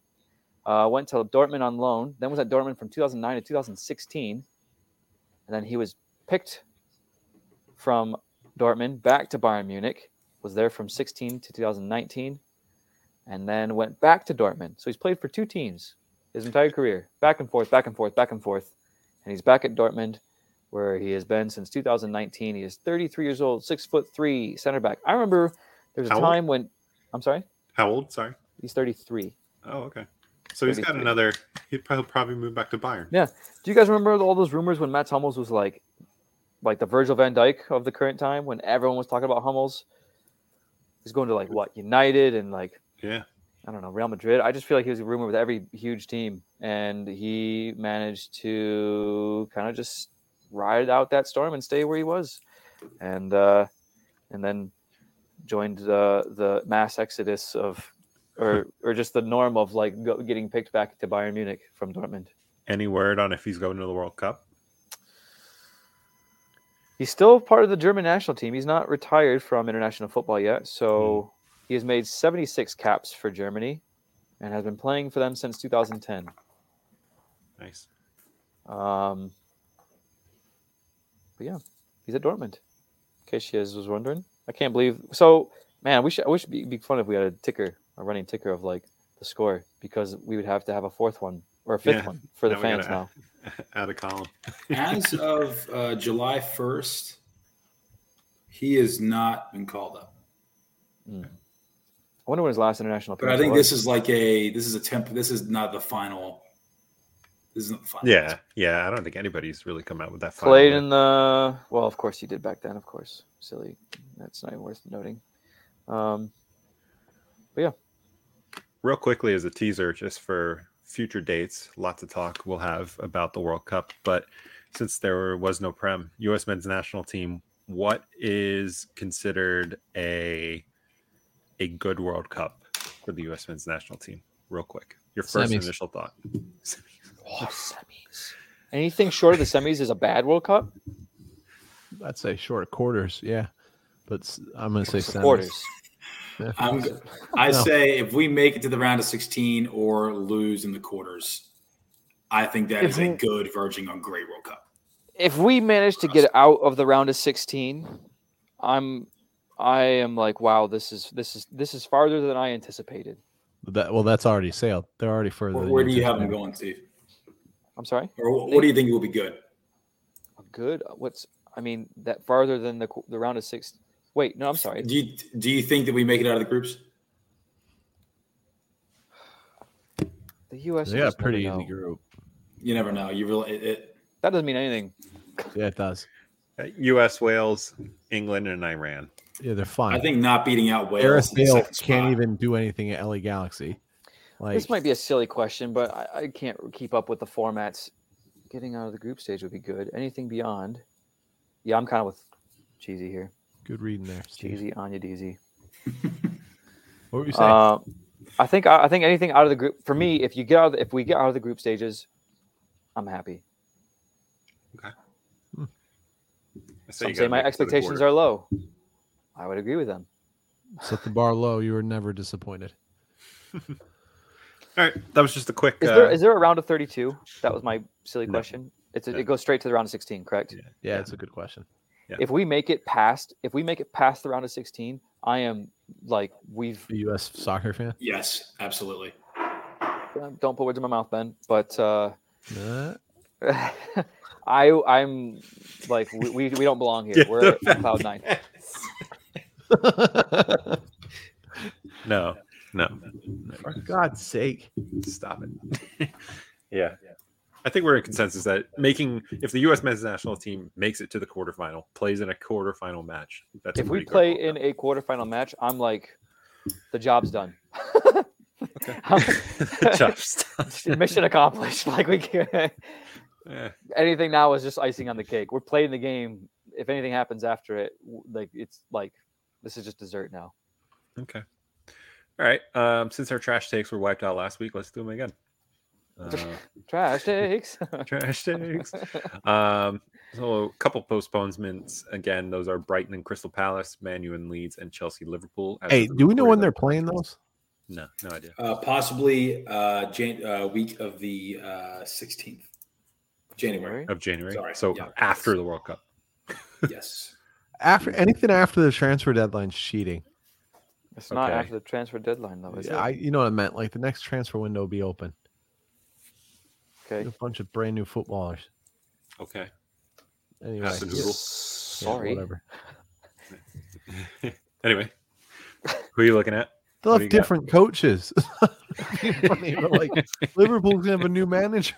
uh, went to Dortmund on loan, then was at Dortmund from 2009 to 2016. And then he was picked from Dortmund back to Bayern Munich, was there from 16 to 2019, and then went back to Dortmund. So he's played for two teams his entire career, back and forth, back and forth, back and forth. And he's back at Dortmund, where he has been since 2019. He is 33 years old, six foot three, center back. I remember there was a How old? time when I'm sorry, How old? Sorry. he's 33. Oh, okay. So he's got 33. another. He'd probably probably move back to Bayern. Do you guys remember all those rumors when Matt Hummels was like, like the Virgil Van Dyke of the current time, when everyone was talking about Hummels? He's going to like what United and like Yeah. I don't know, Real Madrid. I just feel like he was a rumor with every huge team, and he managed to kind of just ride out that storm and stay where he was, and uh, and then joined the the mass exodus of, or or just the norm of like go, getting picked back to Bayern Munich from Dortmund. Any word on if he's going to the World Cup? He's still part of the German national team. He's not retired from international football yet. So Hmm. he has made 76 caps for Germany and has been playing for them since 2010. Nice. Um, but yeah, he's at Dortmund. In case you guys was wondering, I can't believe. So man, we should. I wish it'd be, be fun if we had a ticker, a running ticker of like the score, because we would have to have a fourth one or a fifth Yeah, one for the now we fans gotta- now. Out of column. As of uh, July 1st, he has not been called up. I wonder when his last international. But I appearance think was. this is like a this is a temp. This is not the final. This is not the final. Yeah. Yeah. I don't think anybody's really come out with that. final played yet. in the well of course you did back then of course silly that's not even worth noting um real quickly as a teaser just for future dates lots of talk we'll have about the world cup but since there was no prem us men's national team what is considered a a good world cup for the us men's national team real quick your first Semis. initial thought oh, semis anything short of the semis is a bad world cup I'd say short quarters. Yeah. But s- I'm going to say semis. quarters I'm, I No. say if we make it to the round of 16 or lose in the quarters, I think that If is we- a good verging on great World Cup. if we manage to get out of the round of 16 i'm i am like wow this is this is this is farther than i anticipated That, well, that's already sailed. They're already further. Where, than where do you have anticipated. them going, Steve? i'm sorry Or wh- what do you think will be good? good uh, what's i mean that farther than the qu- the round of six wait no i'm sorry Do you do you think that we make it out of the groups? the us They got a just never pretty easy know. group. You never know. You really it, it, that doesn't mean anything Yeah, it does. Uh, us wales england and iran Yeah, they're fine. I think not beating out Wales. Gareth in the Bale second spot. can't even do anything at LA Galaxy. Like this might be a silly question, but I, I can't keep up with the formats. Getting out of the group stage would be good. Anything beyond? Yeah, I'm kind of with cheesy here. good reading there. Steve. Cheesy Anya Deezy. What were you saying? Uh, I think I, I think anything out of the group for me. If you get out, of the, if we get out of the group stages, I'm happy. I say Some you say gotta my make it to the expectations quarter. are low. I would agree with them. Set the bar low. You were never disappointed. all right that was just a quick Is uh, there is there a round of 32? That was my silly No. question. It's a, No. it goes straight to the round of 16, correct? Yeah. Yeah, it's a good question. Yeah. If we make it past, if we make it past the round of 16, I am like we've A U.S. soccer fan. Yes, absolutely. Um, don't put words in my mouth, Ben. But uh, Uh, I, I'm like, we, we, we don't belong here. Get We're the on cloud nine. no no For God's sake! Stop it. yeah. I think we're in consensus that making if the U.S. men's national team makes it to the quarterfinal, plays in a quarterfinal match. That's a if we pretty good play goal. in a quarterfinal match, I'm like, the job's done. Just- Mission accomplished. Like we can Eh, anything now is just icing on the cake. We're playing the game. If anything happens after it, w- like it's like this is just dessert now. okay. All right. Um, since our trash takes were wiped out last week, let's do them again. Uh, Trash takes. trash takes. Um, so a couple postponements again. Those are Brighton and Crystal Palace, Manu and Leeds, and Chelsea, Liverpool. As Hey, of the do we know when recording, they're playing those? No, no idea. Uh, possibly uh, Jan- uh, week of the uh, 16th, January. Of January. Sorry, So yeah. after the World Cup. yes. After Mm. anything after the transfer deadline's cheating. It's not Okay. after the transfer deadline though, Oh, is Yeah, I, it? you know what I meant. Like the next transfer window will be open. Okay. A bunch of brand new footballers. Okay. Anyway, Absolutely. yeah, Doodle. Sorry. whatever. Anyway, who are you looking at? They'll What do have you got? different coaches. It'd be funny, but, like Liverpool's gonna have a new manager.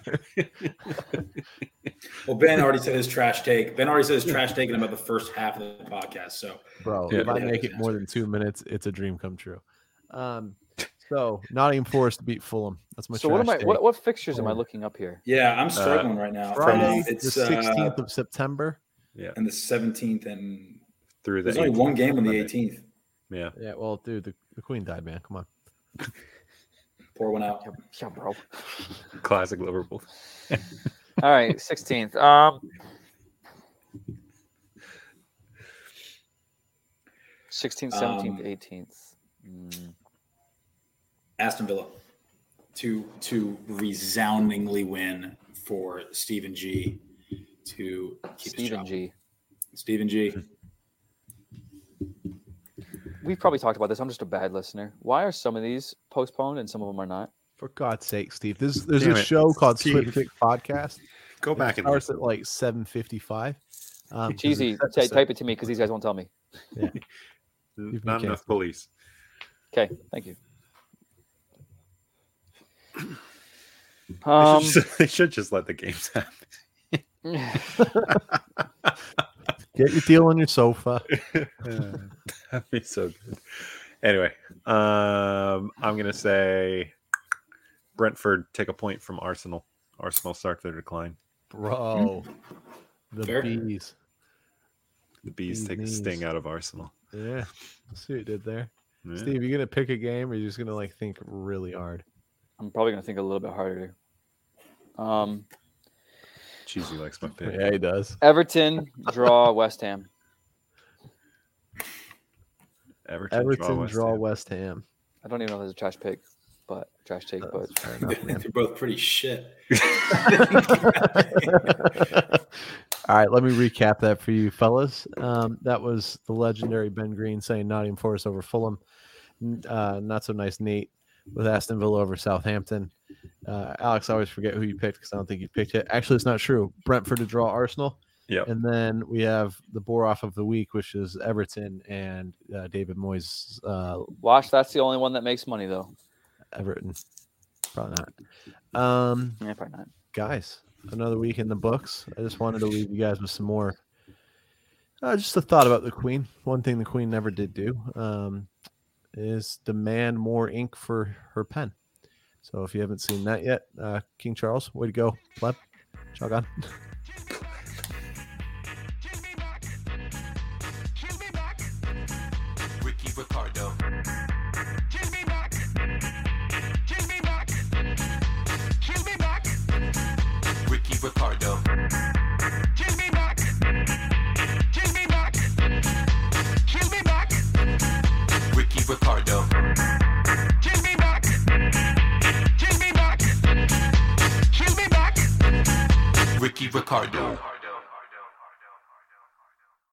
Well, Ben already said his trash take. Ben already said his trash take in about the first half of the podcast. So Bro, Yeah. if I make it more than two minutes, it's a dream come true. Um, so Nottingham Forest beat Fulham. That's my So what am I? trash What, what fixtures am I Oh. looking up here? yeah, I'm struggling right now. take. Friday, Um, it's the uh, 16th of September. Yeah. and the 17th, and Through the there's only 18th. one game on the Monday. 18th. Yeah. Yeah, well, dude, the, the queen died, man. Come on. Pour one out. Yeah, yeah, bro. Classic Liverpool. All right, sixteenth. Um, sixteenth, seventeenth, Um, eighteenth. Mm, Aston Villa to to resoundingly win for Stephen G. To keep his Stephen job. G. Stephen G. We've probably talked about this. I'm just a bad listener. Why are some of these postponed and some of them are not? For God's sake, Steve. This, there's Damn a it, show called Steve. Split Pick Podcast. Go back it and listen. starts at like 7:55. Um, 'cause Cheesy, it's t- episode- type it to me because these guys won't tell me. You've Not been enough police. Okay, thank you. They should Um, just- they should just let the games happen. Get your deal on your sofa. That'd be so good. Anyway, um, I'm gonna say Brentford take a point from Arsenal. Arsenal start their decline. Bro. The Fair. bees. The bees Bees take the knees. sting out of Arsenal. Yeah. I See what you did there. Yeah. Steve, you gonna pick a game or you just gonna like think really hard? I'm probably gonna think a little bit harder. Um, Cheesy likes my pick. Yeah, he does. Everton draw West Ham. Everton, Everton draw. draw, West Ham. West Ham. I don't even know if there's a trash pick, but trash take, but That's fair enough, They're man. both pretty shit. All right, let me recap that for you, fellas. Um, that was the legendary Ben Green saying Nottingham Forest over Fulham. N- Uh, not so nice, Nate, with Aston Villa over Southampton. Uh, Alex, I always forget who you picked because I don't think you picked it. Actually, it's not true. Brentford to draw Arsenal. Yep. And then we have the bore off of the week, which is Everton and uh, David Moyes' uh, watch. That's the only one that makes money though. Everton. Probably not. Um, Yeah, probably not. guys another week in the books i just wanted to leave you guys with some more uh, just a thought about the queen one thing the queen never did do um, is demand more ink for her pen so if you haven't seen that yet uh, king charles way to go pleb jog on Kill me back. Kill me back. Ricky Ricardo. Kill me back. Kill me back. Kill me back. Ricky Ricardo. Kill me back. Kill me back. Kill Ricky Ricardo. me back. Kill me back. Kill me back. Kill me back. Ricky Ricardo.